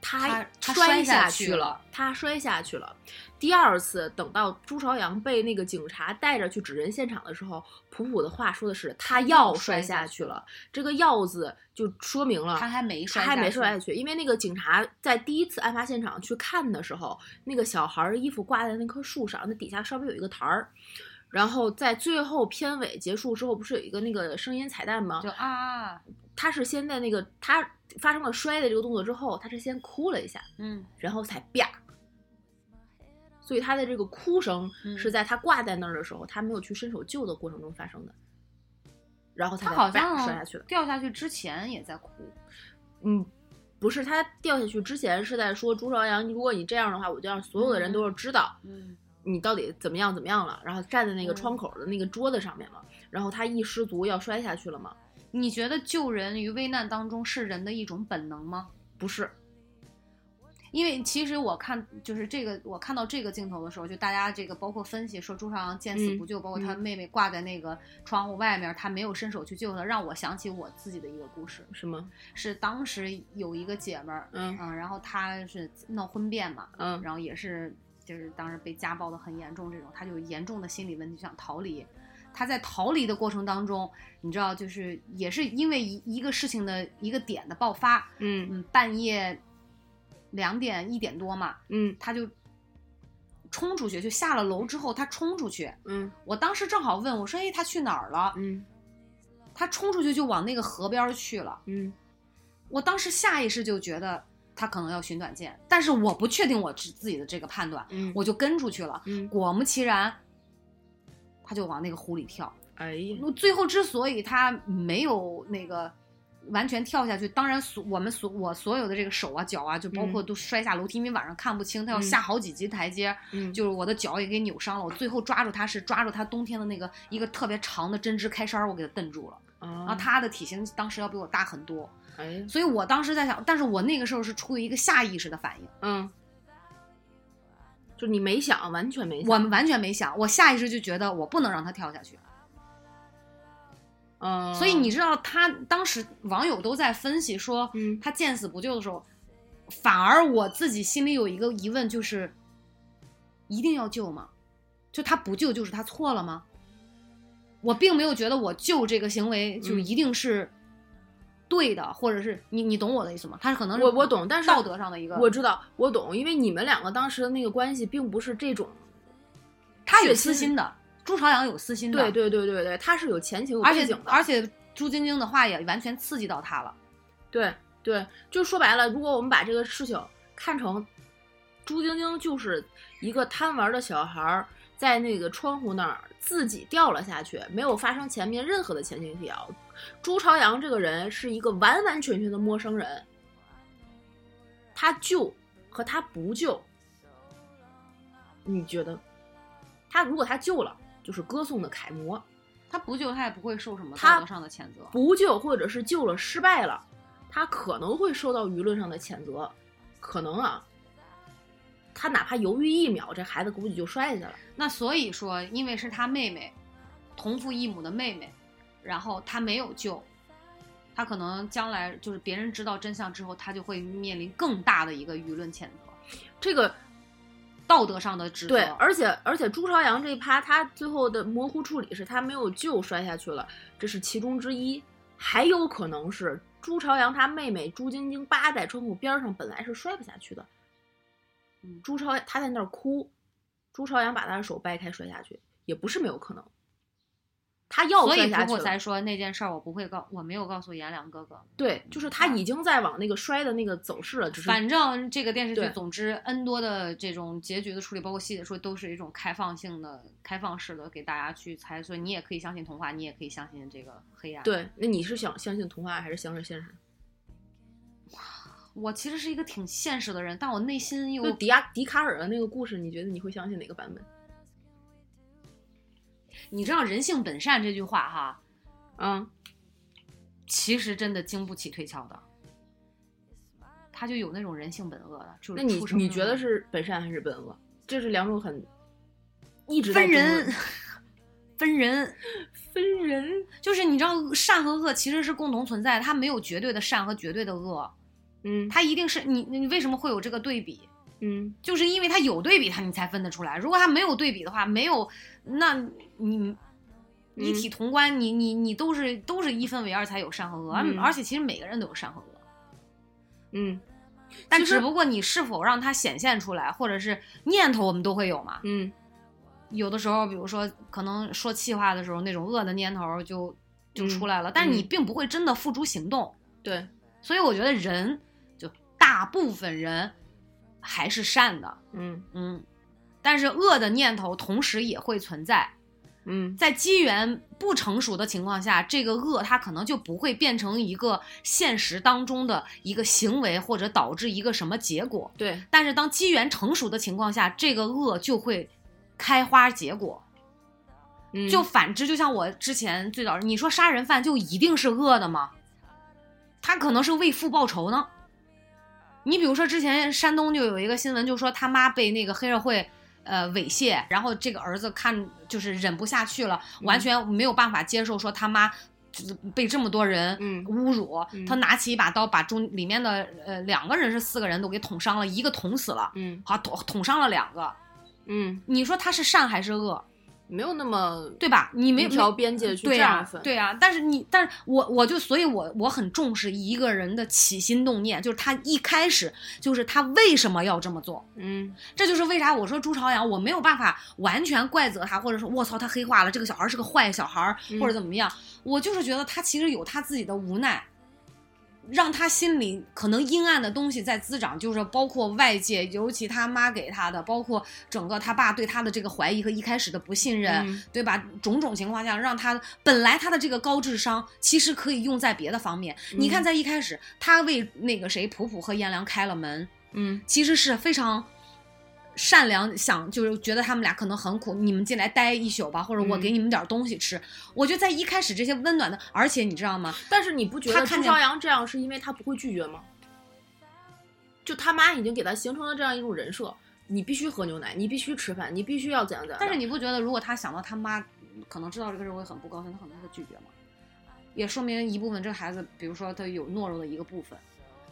S2: 他
S3: 他他
S2: 摔
S3: 摔下去
S2: 去
S3: 了，
S2: 他摔下去了。第二次等到朱朝阳被那个警察带着去指认现场的时候，普普的话说的是他要摔下去了，这个“要”字就说明了
S3: 他还没
S2: 啊他
S3: 摔
S2: 还没
S3: 去
S2: 摔下去，因为那个警察在第一次案发现场去看的时候，那个小孩儿衣服挂在那棵树上，那底下稍微有一个台儿。然后在最后片尾结束之后，不是有一个那个声音彩蛋吗
S3: 就？啊，
S2: 他是先在那个他发生了摔的这个动作之后，他是先哭了一下，
S3: 嗯
S2: 然后才啪。所以他的这个哭声
S3: 嗯
S2: 是在他挂在那儿的时候，他没有去伸手救的过程中发生的，然后
S3: 他
S2: 才
S3: 好
S2: 啪
S3: 像
S2: 摔下去了。
S3: 掉下去之前也在哭，
S2: 嗯，不是，他掉下去之前是在说朱朝阳，如果你这样的话，我就让所有的人都是知道
S3: 嗯
S2: 你到底怎么样怎么样了。然后站在那个
S3: 嗯
S2: 窗口的那个桌子上面嘛，然后他一失足要摔下去了嘛，
S3: 你觉得救人于危难当中是人的一种本能吗？
S2: 不是，
S3: 因为其实我看就是这个，我看到这个镜头的时候，就大家这个包括分析说朱朝阳见死不救，包括他
S2: 嗯
S3: 妹妹挂在那个窗户外面，他没有伸手去救他，让我想起我自己的一个故事，
S2: 是吗？
S3: 是当时有一个姐们儿，
S2: 嗯
S3: 嗯，然后她是闹婚变嘛，
S2: 嗯
S3: 然后也是就是当时被家暴的很严重，这种他就有严重的心理问题，想逃离。他在逃离的过程当中，你知道，就是也是因为一一个事情的一个点的爆发，
S2: 嗯
S3: 嗯，半夜两点一点多嘛，
S2: 嗯
S3: 他就冲出去，就下了楼之后，他冲出去。
S2: 嗯
S3: 我当时正好问我说：“哎，他去哪儿了
S2: 嗯？”
S3: 他冲出去就往那个河边儿去了。
S2: 嗯
S3: 我当时下意识就觉得他可能要寻短见，但是我不确定我自自己的这个判断，
S2: 嗯，
S3: 我就跟出去了。
S2: 嗯，
S3: 果不其然，他就往那个湖里跳。
S2: 哎呀，
S3: 最后之所以他没有那个完全跳下去，当然所我们所我所有的这个手啊脚啊，就包括都摔下楼梯，因为晚上看不清，他要
S2: 嗯
S3: 下好几级台阶，
S2: 嗯
S3: 就是我的脚也给扭伤了。我最后抓住他是抓住他冬天的那个一个特别长的针织开衫儿，我给他蹬住了。然
S2: 啊
S3: 后，他的体型当时要比我大很多，
S2: 哎呀，
S3: 所以我当时在想，但是我那个时候是出于一个下意识的反应。
S2: 嗯，就你没想，完全没想，
S3: 我们完全没想，我下意识就觉得我不能让他跳下去，
S2: 嗯，
S3: 所以你知道他当时网友都在分析说，
S2: 嗯
S3: 他见死不救的时候，反而我自己心里有一个疑问，就是一定要救吗？就他不救，就是他错了吗？我并没有觉得我救这个行为就
S2: 嗯
S3: 一定是对的，或者是你你懂我的意思吗？他可能是
S2: 我我懂但是
S3: 嗯道德上的一个
S2: 我知道，我懂，因为你们两个当时的那个关系并不是这种，
S3: 他有
S2: 血
S3: 私
S2: 腥
S3: 心的，朱朝阳有私心的，
S2: 对对对对对，他是有前情有
S3: 而
S2: 背
S3: 且
S2: 景的，
S3: 而且朱晶晶的话也完全刺激到他了。
S2: 对对，就说白了，如果我们把这个事情看成朱晶晶就是一个贪玩的小孩儿，在那个窗户那儿自己掉了下去，没有发生前面任何的前情提要。朱朝阳这个人是一个完完全全的陌生人，他救和他不救，你觉得他如果他救了，就是歌颂的楷模；
S3: 他不救，他也不会受什么
S2: 他
S3: 道德上的谴责。
S2: 不救或者是救了失败了，他可能会受到舆论上的谴责，可能啊，他哪怕犹豫一秒，这孩子估计就摔下去了。
S3: 那所以说，因为是他妹妹，同父异母的妹妹，然后他没有救，他可能将来就是别人知道真相之后，他就会面临更大的一个舆论谴责，
S2: 这个
S3: 道德上的指责。
S2: 对，而且而且朱朝阳这一趴，他最后的模糊处理是他没有救摔下去了，这是其中之一，还有可能是朱朝阳他妹妹朱晶晶扒在窗户边儿上，本来是摔不下去的，
S3: 嗯
S2: 朱朝他在那儿哭，朱朝阳把他的手掰开摔下去，也不是没有可能。他要
S3: 所
S2: 摔
S3: 以
S2: 下
S3: 姑
S2: 去
S3: 姑
S2: 了，
S3: 才说那件事儿，我不会告，我没有告诉颜良哥哥。
S2: 对，就是他
S3: 啊
S2: 已经在往那个摔的那个走势了，只是
S3: 反正这个电视剧
S2: 对，
S3: 总之 N 多的这种结局的处理，包括细节处理，都是一种开放性的、开放式的，给大家去猜。所以你也可以相信童话，你也可以相信这个黑暗。，
S2: 对。那你是想相信童话还是相信现
S3: 嗯
S2: 实？
S3: 我其实是一个挺现实的人，但我内心又
S2: 就迪亚笛卡尔的那个故事，你觉得你会相信哪个版本？
S3: 你知道“人性本善”这句话哈，
S2: 啊，
S3: 其实真的经不起推敲的。他就有那种人性本恶的，就是
S2: 那你
S3: 出生
S2: 你
S3: 就
S2: 觉得
S3: 有
S2: 是本善还是本恶？这是两种很一直在
S3: 分
S2: 争
S3: 人
S2: 论，
S3: 分人，
S2: 分人，
S3: 就是你知道善和恶其实是共同存在的，它没有绝对的善和绝对的恶，
S2: 嗯
S3: 它一定是你你为什么会有这个对比？
S2: 嗯，
S3: 就是因为它有对比，它你才分得出来。如果它没有对比的话，没有，那
S2: 嗯
S3: 你一体同观，你你你都是都是一分为二才有善和恶，而
S2: 嗯
S3: 而且其实每个人都有善和恶，
S2: 嗯
S3: 但
S2: 其实
S3: 只不过你是否让它显现出来，或者是念头，我们都会有嘛。
S2: 嗯
S3: 有的时候，比如说可能说气话的时候，那种恶的念头就就
S2: 嗯
S3: 出来了，但你
S2: 嗯
S3: 并不会真的付诸行动。
S2: 对，
S3: 所以我觉得人就大部分人还是善的，
S2: 嗯
S3: 嗯，但是恶的念头同时也会存在，
S2: 嗯
S3: 在机缘不成熟的情况下，这个恶它可能就不会变成一个现实当中的一个行为，或者导致一个什么结果。
S2: 对，
S3: 但是当机缘成熟的情况下，这个恶就会开花结果。
S2: 嗯
S3: 就反之，就像我之前最早你说杀人犯就一定是恶的吗？他可能是为父报仇呢。你比如说之前山东就有一个新闻，就说他妈被那个黑社会呃猥亵，然后这个儿子看就是忍不下去了，
S2: 嗯
S3: 完全没有办法接受说他妈。就是被这么多人
S2: 嗯
S3: 侮辱，
S2: 嗯
S3: 他拿起一把刀，把中里面的呃两个人是四个人都给捅伤了，一个捅死了，
S2: 嗯
S3: 好捅捅伤了两个。
S2: 嗯，
S3: 你说他是善还是恶，
S2: 没有那么
S3: 对吧？你没
S2: 无条边界去
S3: 对
S2: 这样
S3: 呀、
S2: 分，
S3: 对呀、啊但是你，但是我我就，所以我我很重视一个人的起心动念，就是他一开始就是他为什么要这么做，
S2: 嗯
S3: 这就是为啥我说朱朝阳我没有办法完全怪责他，或者说我操他黑化了，这个小孩是个坏小孩儿，
S2: 嗯
S3: 或者怎么样，我就是觉得他其实有他自己的无奈。让他心里可能阴暗的东西在滋长，就是包括外界，尤其他妈给他的，包括整个他爸对他的这个怀疑和一开始的不信任，
S2: 嗯
S3: 对吧？种种情况下，让他本来他的这个高智商，其实可以用在别的方面。你看，
S2: 嗯
S3: 在一开始，他为那个谁普普和颜良开了门，
S2: 嗯
S3: 其实是非常善良，想就是觉得他们俩可能很苦，你们进来待一宿吧，或者我
S2: 嗯
S3: 给你们点儿东西吃。我觉得在一开始这些温暖的，而且你知道吗？
S2: 但是你不觉
S3: 他
S2: 得
S3: 看
S2: 朱
S3: 见
S2: 朝阳这样是因为他不会拒绝吗？就他妈已经给他形成了这样一种人设，你必须喝牛奶，你必须吃饭，你必须要怎样怎样。
S3: 但是你不觉得，如果他想到他妈可能知道这个事儿会很不高兴，他可能会拒绝吗？也说明一部分这个孩子，比如说他有懦弱的一个部分，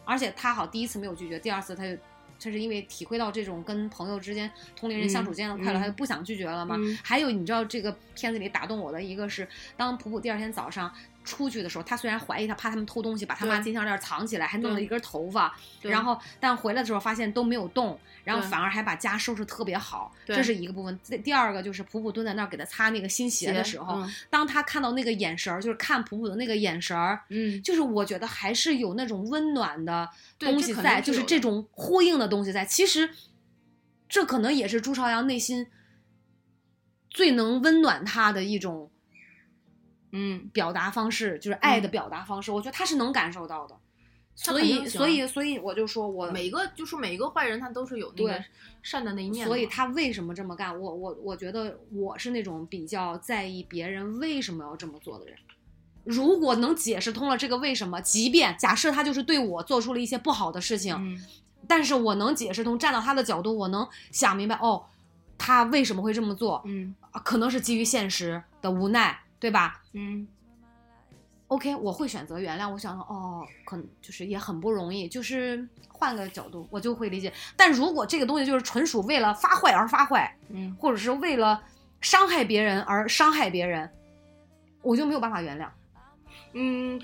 S3: 而且他好第一次没有拒绝，第二次他就他是因为体会到这种跟朋友之间、同龄人相处之间的快乐，
S2: 嗯嗯
S3: 他就不想拒绝了吗？
S2: 嗯
S3: 还有你知道这个片子里打动我的一个是，当普普第二天早上出去的时候，他虽然怀疑他怕他们偷东西，把他妈
S2: 对
S3: 金项链藏起来，还弄了
S2: 对
S3: 一根头发，
S2: 对
S3: 然后但回来的时候发现都没有动，然后
S2: 对
S3: 反而还把家收拾特别好，
S2: 对
S3: 这是一个部分。第第二个就是普普蹲在那儿给他擦那个新鞋的时候，
S2: 嗯
S3: 当他看到那个眼神儿，就是看普普的那个眼神儿。
S2: 嗯，
S3: 就是我觉得还是有那种温暖的
S2: 对
S3: 东
S2: 这
S3: 西
S2: 肯
S3: 在，
S2: 定
S3: 就是是
S2: 有
S3: 这
S2: 的
S3: 种呼应的东西在。其实，这可能也是朱朝阳内心最能温暖他的一种
S2: 嗯，
S3: 表达方式，就是爱的
S2: 嗯
S3: 表达方式。我觉得他是能感受到的，
S2: 他
S3: 所
S2: 肯
S3: 以，
S2: 定行
S3: 所以，所以我就说我
S2: 每一个就是每一个坏人，他都是有那
S3: 嗯对
S2: 个善的那一面的嘛。
S3: 所以他为什么这么干？我我我觉得我是那种比较在意别人为什么要这么做的人。如果能解释通了这个为什么，即便假设他就是对我做出了一些不好的事情，
S2: 嗯
S3: 但是我能解释通，站到他的角度，我能想明白哦，他为什么会这么做，
S2: 嗯
S3: 啊可能是基于现实的无奈，对吧？
S2: 嗯
S3: OK，我会选择原谅。我想说，哦，可能就是也很不容易，就是换个角度，我就会理解。但如果这个东西就是纯属为了发坏而发坏，
S2: 嗯，
S3: 或者是为了伤害别人而伤害别人，我就没有办法原谅。
S2: 嗯，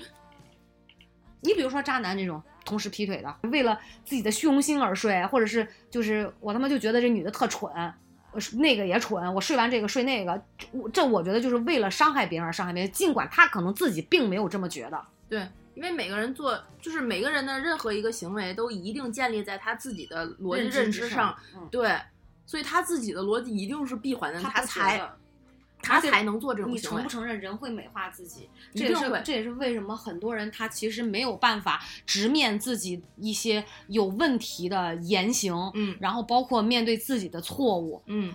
S3: 你比如说渣男这种同时劈腿的，为了自己的虚荣心而睡，或者是就是我他妈就觉得这女的特蠢，我是那个也蠢，我睡完这个睡那个，这我这我觉得就是为了伤害别人而伤害别人，尽管他可能自己并没有这么觉得。
S2: 对，因为每个人做，就是每个人的任何一个行为都一定建立在他自己的逻辑认
S3: 之
S2: 知上，，
S3: 嗯，
S2: 对，所以他自己的逻辑一定是闭环的，
S3: 他
S2: 他
S3: 不觉
S2: 才
S3: 得
S2: 他
S3: 而且
S2: 才能做这种
S3: 你
S2: 行为
S3: 承不。承认人会美化自己，
S2: 一
S3: 这也
S2: 定
S3: 是
S2: 会
S3: 这也是为什么很多人他其实没有办法直面自己一些有问题的言行，
S2: 嗯
S3: 然后包括面对自己的错误，
S2: 嗯，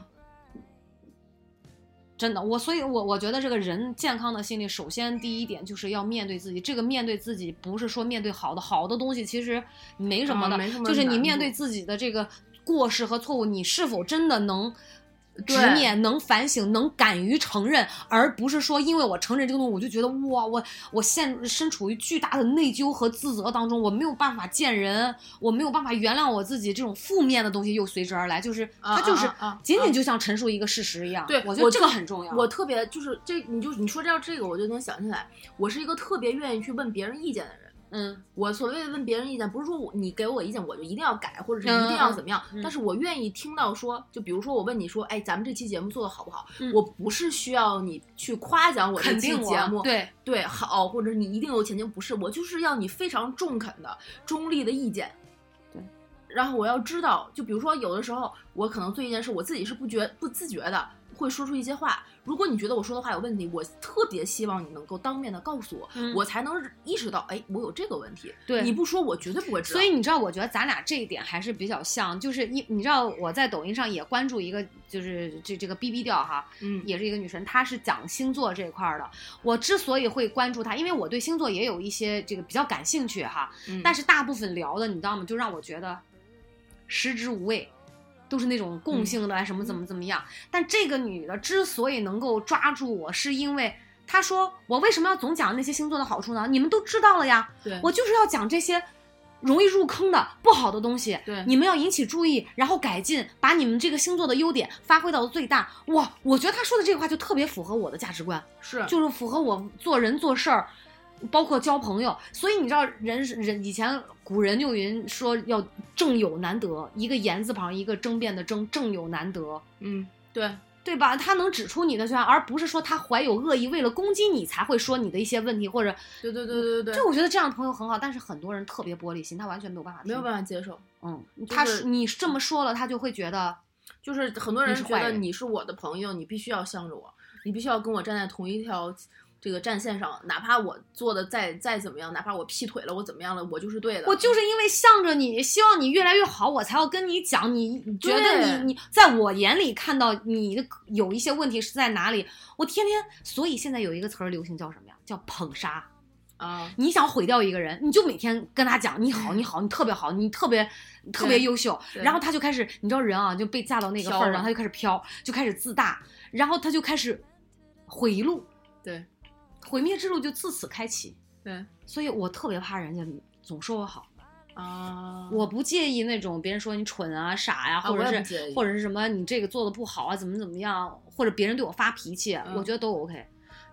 S3: 真的，我所以我，我觉得这个人健康的心理，首先第一点就是要面对自己。这个面对自己，不是说面对好的，好的东西其实没什么的，
S2: 啊没什么
S3: 就是你
S2: 难
S3: 面对
S2: 度
S3: 自己的这个过失和错误，你是否真的能直
S2: 对
S3: 面、能反省、能敢于承认，而不是说因为我承认这个东西，我就觉得哇，我我现身处于巨大的内疚和自责当中，我没有办法见人，我没有办法原谅我自己，这种负面的东西又随之而来，就是
S2: 啊
S3: 它就是
S2: 啊啊啊
S3: 仅仅就像陈述一个事实一样。
S2: 对
S3: 我觉得
S2: 我
S3: 这个很重要。
S2: 我特别就是这，你就你说到这个，我就能想起来，我是一个特别愿意去问别人意见的人。
S3: 嗯
S2: 我所谓的问别人意见，不是说我你给我意见我就一定要改，或者是一定要怎么样，
S3: 嗯嗯嗯
S2: 但是我愿意听到说，就比如说我问你说，哎，咱们这期节目做的好不好？
S3: 嗯
S2: 我不是需要你去夸奖我这
S3: 肯
S2: 期
S3: 定
S2: 节目，
S3: 对
S2: 对好，或者你一定有前景，不是，我就是要你非常中肯的、中立的意见。
S3: 对，
S2: 然后我要知道，就比如说有的时候我可能做一件事，我自己是不觉不自觉的会说出一些话。如果你觉得我说的话有问题，我特别希望你能够当面的告诉我，
S3: 嗯
S2: 我才能意识到，哎，我有这个问题。
S3: 对
S2: 你不说，我绝对不会知道。
S3: 所以你知道，我觉得咱俩这一点还是比较像，就是你你知道我在抖音上也关注一个，就是这这个 B B 调哈，
S2: 嗯，
S3: 也是一个女神，她是讲星座这一块儿的。我之所以会关注她，因为我对星座也有一些这个比较感兴趣哈，
S2: 嗯
S3: 但是大部分聊的你知道吗，就让我觉得食之无味。都是那种
S2: 嗯
S3: 共性的，哎，什么怎么怎么样？但这个女的之所以能够抓住我，是因为她说我为什么要总讲那些星座的好处呢？你们都知道了呀，
S2: 对，
S3: 我就是要讲这些容易入坑的不好的东西。
S2: 对
S3: 你们要引起注意，然后改进，把你们这个星座的优点发挥到最大。哇，我觉得他说的这个话就特别符合我的价值观，
S2: 是
S3: 就是符合我做人做事儿。包括交朋友，所以你知道人是人以前古人就云说要正友难得，一个言字旁一个争辩的争，正友难得，
S2: 嗯，对，
S3: 对吧？他能指出你的缺憾，而不是说他怀有恶意，为了攻击你才会说你的一些问题或者
S2: 对对对对对
S3: 就
S2: 对，
S3: 我觉得这样的朋友很好，但是很多人特别玻璃心，他完全没有办法听。
S2: 没有办法接受。
S3: 嗯，
S2: 是
S3: 他是你这么说了，他就会觉得
S2: 就是很多人
S3: 你是
S2: 觉
S3: 坏
S2: 得
S3: 人
S2: 你是我的朋友，你必须要向着我，你必须要跟我站在同一条这个战线上，哪怕我做的再再怎么样，哪怕我劈腿了，我怎么样了，我就是对的。
S3: 我就是因为向着你，希望你越来越好，我才要跟你讲。你觉得
S2: 对
S3: 你你在我眼里看到你的有一些问题是在哪里？我天天，所以现在有一个词儿流行叫什么呀？叫捧杀。
S2: 啊，
S3: 你想毁掉一个人，你就每天跟他讲你好，你好，你特别好，你特别特别优秀，
S2: 对
S3: 然后他就开始，你知道人啊就被架到那个份
S2: 飘
S3: 儿上，
S2: 了
S3: 他就开始飘，就开始自大，然后他就开始毁一路，
S2: 对
S3: 毁灭之路就自此开启。
S2: 对
S3: 所以我特别怕人家总说我好，
S2: 啊，
S3: 我不介意那种别人说你蠢啊、傻呀、
S2: 啊
S3: 或者
S2: 我也
S3: 是、
S2: 不介意
S3: 或者是什么你这个做的不好啊，怎么怎么样，或者别人对我发脾气，
S2: 嗯
S3: 我觉得都 OK。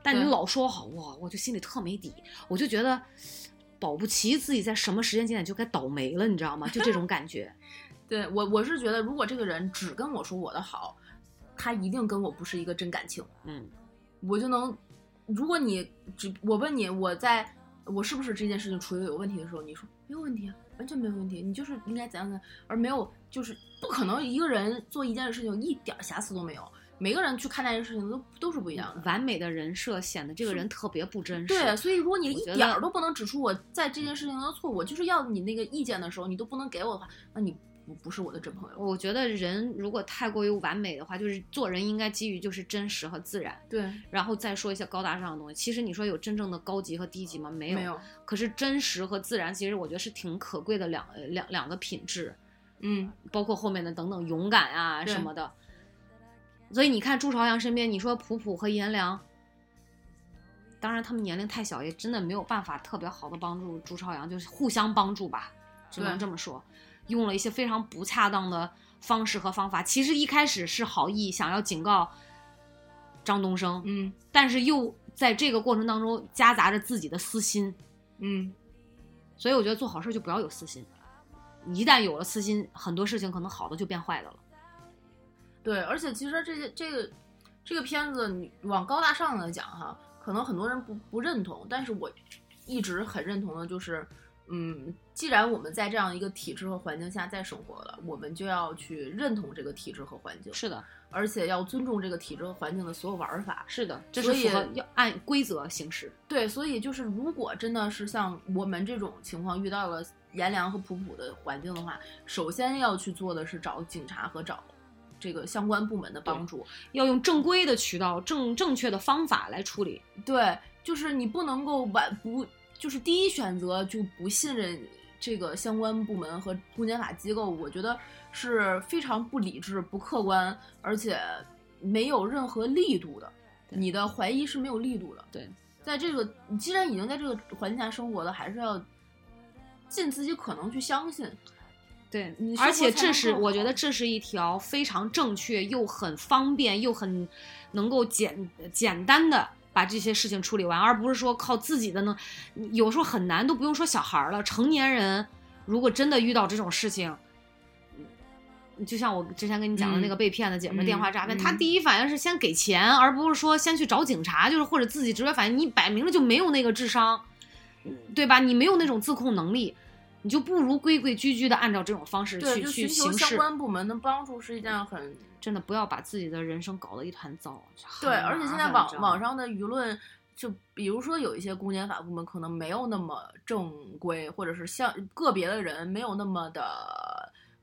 S3: 但你
S2: 对
S3: 老说我好哇，我就心里特没底，我就觉得保不齐自己在什么时间节点就该倒霉了，你知道吗？就这种感觉。
S2: 对我我是觉得，如果这个人只跟我说我的好，他一定跟我不是一个真感情，
S3: 嗯，
S2: 我就能。如果你只我问你，我在我是不是这件事情处理得有问题的时候，你说没有问题啊，完全没有问题，你就是应该怎样怎样，而没有就是不可能一个人做一件事情一点儿瑕疵都没有，每个人去看待这件事情都都是不一样的。
S3: 完美的人设显得这个人特别不真实。
S2: 对，所以如果你
S3: 嗯我
S2: 一
S3: 觉
S2: 点
S3: 得
S2: 儿都不能指出我在这件事情上的错误，我就是要你那个意见的时候，你都不能给我的话，那你不不是我的真朋友。
S3: 我觉得人如果太过于完美的话，就是做人应该基于就是真实和自然，
S2: 对，
S3: 然后再说一些高大上的东西。其实你说有真正的高级和低级吗？没有。
S2: 没有，
S3: 可是真实和自然，其实我觉得是挺可贵的两呃两两个品质，
S2: 嗯，
S3: 包括后面的等等勇敢啊
S2: 对
S3: 什么的。所以你看朱朝阳身边，你说普普和颜良，当然他们年龄太小，也真的没有办法特别好的帮助朱朝阳，就是互相帮助吧，只能
S2: 对
S3: 这么说。用了一些非常不恰当的方式和方法，其实一开始是好意想要警告张东升，
S2: 嗯
S3: 但是又在这个过程当中夹杂着自己的私心，
S2: 嗯，
S3: 所以我觉得做好事就不要有私心。一旦有了私心，很多事情可能好的就变坏的了。
S2: 对，而且其实这些这个这个片子，你往高大上来讲哈，可能很多人不不认同，但是我一直很认同的就是，嗯，既然我们在这样一个体制和环境下在生活了，我们就要去认同这个体制和环境，
S3: 是的，
S2: 而且要尊重这个体制和环境的所有玩法。
S3: 是的，这是
S2: 所以
S3: 符合要按规则行事。
S2: 对，所以就是如果真的是像我们这种情况遇到了炎凉和普普的环境的话，首先要去做的是找警察和找这个相关部门的帮助。
S3: 要用正规的渠道、正正确的方法来处理。
S2: 对，就是你不能够完不，就是第一选择就不信任这个相关部门和公检法机构，我觉得是非常不理智、不客观，而且没有任何力度的。
S3: 对
S2: 你的怀疑是没有力度的。
S3: 对，
S2: 在这个你既然已经在这个环境下生活了，还是要尽自己可能去相信。
S3: 对
S2: 你生
S3: 而
S2: 活
S3: 且
S2: 才能
S3: 这是
S2: 更
S3: 我觉
S2: 好
S3: 得这是一条非常正确又很方便又很能够简简单的把这些事情处理完，而不是说靠自己的呢，有时候很难，都不用说小孩儿了，成年人如果真的遇到这种事情。嗯就像我之前跟你讲的那个
S2: 嗯
S3: 被骗的姐们儿，
S2: 嗯
S3: 电话诈骗，她
S2: 嗯
S3: 第一反应是先给钱，而不是说先去找警察，就是或者自己直觉反应，你摆明了就没有那个智商，对吧？你没有那种自控能力，你就不如规规矩矩的按照这种方式
S2: 对，
S3: 去
S2: 就
S3: 去
S2: 寻求
S3: 行
S2: 相
S3: 事。
S2: 关部门的帮助是一件很
S3: 真的不要把自己的人生搞得一团糟。
S2: 对，
S3: 很
S2: 而且
S3: 麻
S2: 现在
S3: 烦
S2: 网
S3: 你知道吗
S2: 网上的舆论，就比如说有一些公检法部门可能没有那么正规，或者是像个别的人没有那么的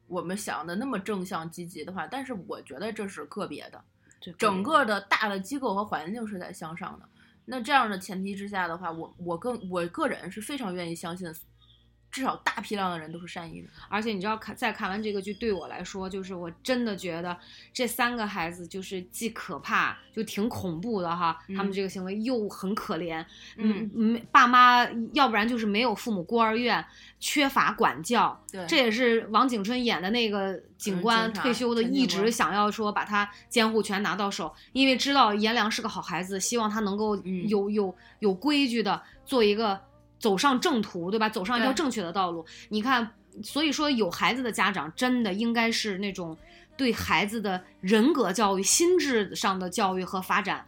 S2: 我们想的那么正向积极的话，但是我觉得这是个别的，
S3: 对
S2: 整个的大的机构和环境是在向上的。那这样的前提之下的话，我我更我个人是非常愿意相信，至少大批量的人都是善意的。
S3: 而且你知道看在看完这个剧对我来说，就是我真的觉得这三个孩子就是既可怕就挺恐怖的哈，
S2: 嗯
S3: 他们这个行为又很可怜，
S2: 嗯
S3: 嗯，爸妈要不然就是没有父母孤儿院，缺乏管教，
S2: 对，
S3: 这也是王景春演的那个警官
S2: 嗯警察
S3: 退休的，
S2: 陈警
S3: 一直
S2: 官
S3: 想要说把他监护权拿到手，因为知道颜良是个好孩子，希望他能够
S2: 嗯
S3: 有、有有规矩的做一个走上正途，对吧？走上一条
S2: 对
S3: 正确的道路。你看，所以说有孩子的家长真的应该是那种对孩子的人格教育、心智上的教育和发展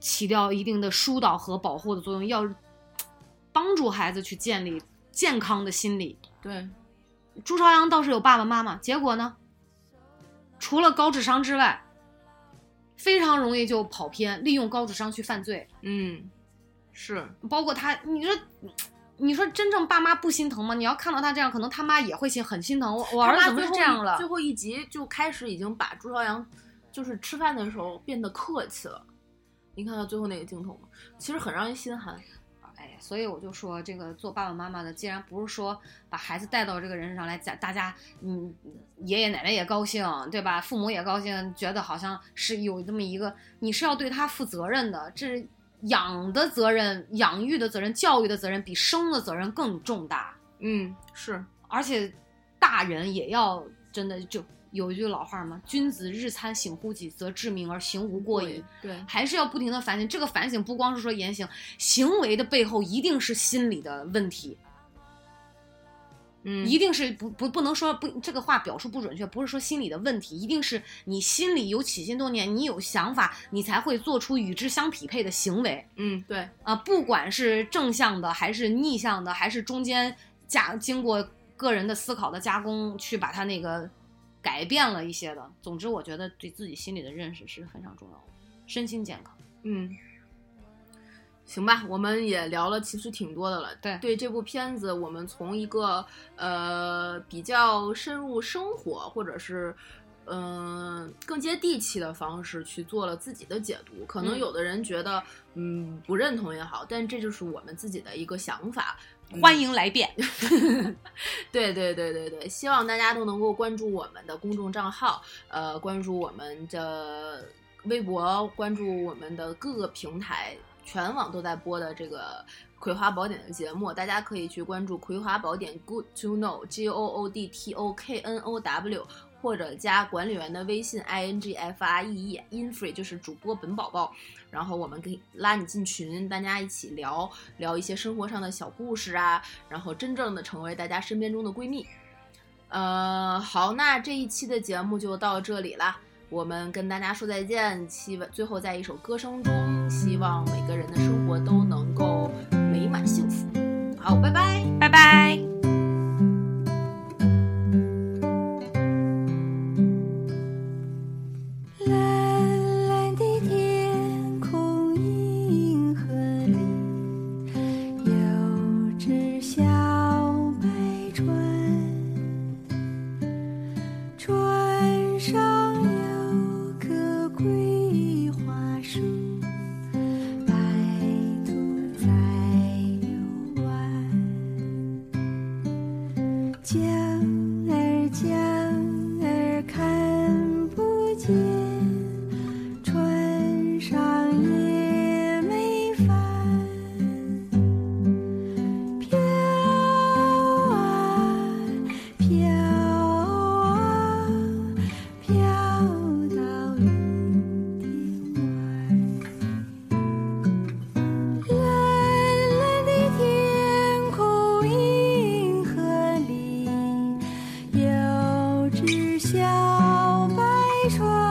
S3: 起到一定的疏导和保护的作用，要帮助孩子去建立健康的心理。
S2: 对
S3: 朱朝阳倒是有爸爸妈妈，结果呢，除了高智商之外，非常容易就跑偏，利用高智商去犯罪。
S2: 嗯是
S3: 包括他，你说，你说真正爸妈不心疼吗？你要看到他这样，可能他妈也会心很心疼。我我
S2: 他
S3: 儿子
S2: 妈
S3: 怎么是
S2: 最后
S3: 这
S2: 一
S3: 样了
S2: 最？后一集就开始已经把朱朝阳，就是吃饭的时候变得客气了。你看到最后那个镜头吗？其实很让人心寒。
S3: 哎呀，所以我就说，这个做爸爸妈妈的，既然不是说把孩子带到这个人身上来，家大家，嗯，爷爷奶奶也高兴，对吧？父母也高兴，觉得好像是有这么一个，你是要对他负责任的，这是养的责任、养育的责任、教育的责任比生的责任更重大，
S2: 嗯，是
S3: 而且大人也要真的就有一句老话嘛，君子日参省乎己，则治民而行无过矣。。
S2: 对
S3: 还是要不停的反省。这个反省不光是说言行，行为的背后一定是心理的问题，
S2: 嗯
S3: 一定是不不不能说不这个话表述不准确，不是说心理的问题，一定是你心里有起心动念，你有想法，你才会做出与之相匹配的行为
S2: 嗯，对
S3: 啊、不管是正向的，还是逆向的，还是中间加经过个人的思考的加工去把它那个。改变了一些的，总之我觉得对自己心理的认识是非常重要的，身心健康。
S2: 嗯。行吧，我们也聊了，其实挺多的了。
S3: 对
S2: 对，这部片子我们从一个呃比较深入生活，或者是嗯、呃更接地气的方式去做了自己的解读。可
S3: 嗯
S2: 能有的人觉得嗯不认同也好，但这就是我们自己的一个想法。
S3: 欢迎来辩。
S2: 对对对对对，希望大家都能够关注我们的公众账号，呃，关注我们的微博，关注我们的各个平台，全网都在播的这个《葵花宝典》的节目，大家可以去关注《葵花宝典 Good to Know》G O O D T O K N O W，或者加管理员的微信 i n g f r e e infree 就是主播本宝宝，然后我们可以拉你进群，大家一起聊聊一些生活上的小故事啊，然后真正的成为大家身边中的闺蜜。呃，好，那这一期的节目就到这里啦。我们跟大家说再见，希望最后在一首歌声中，希望每个人的生活都能够美满幸福。好，拜拜。
S3: 拜拜。
S4: 蓝蓝的天空，银河里有只小白船，船上有棵桂花树，摆渡在右岸。江儿江儿看不见。船上也没帆，飘啊飘啊，飘到云的外。蓝蓝的天空，银河里有只小白船。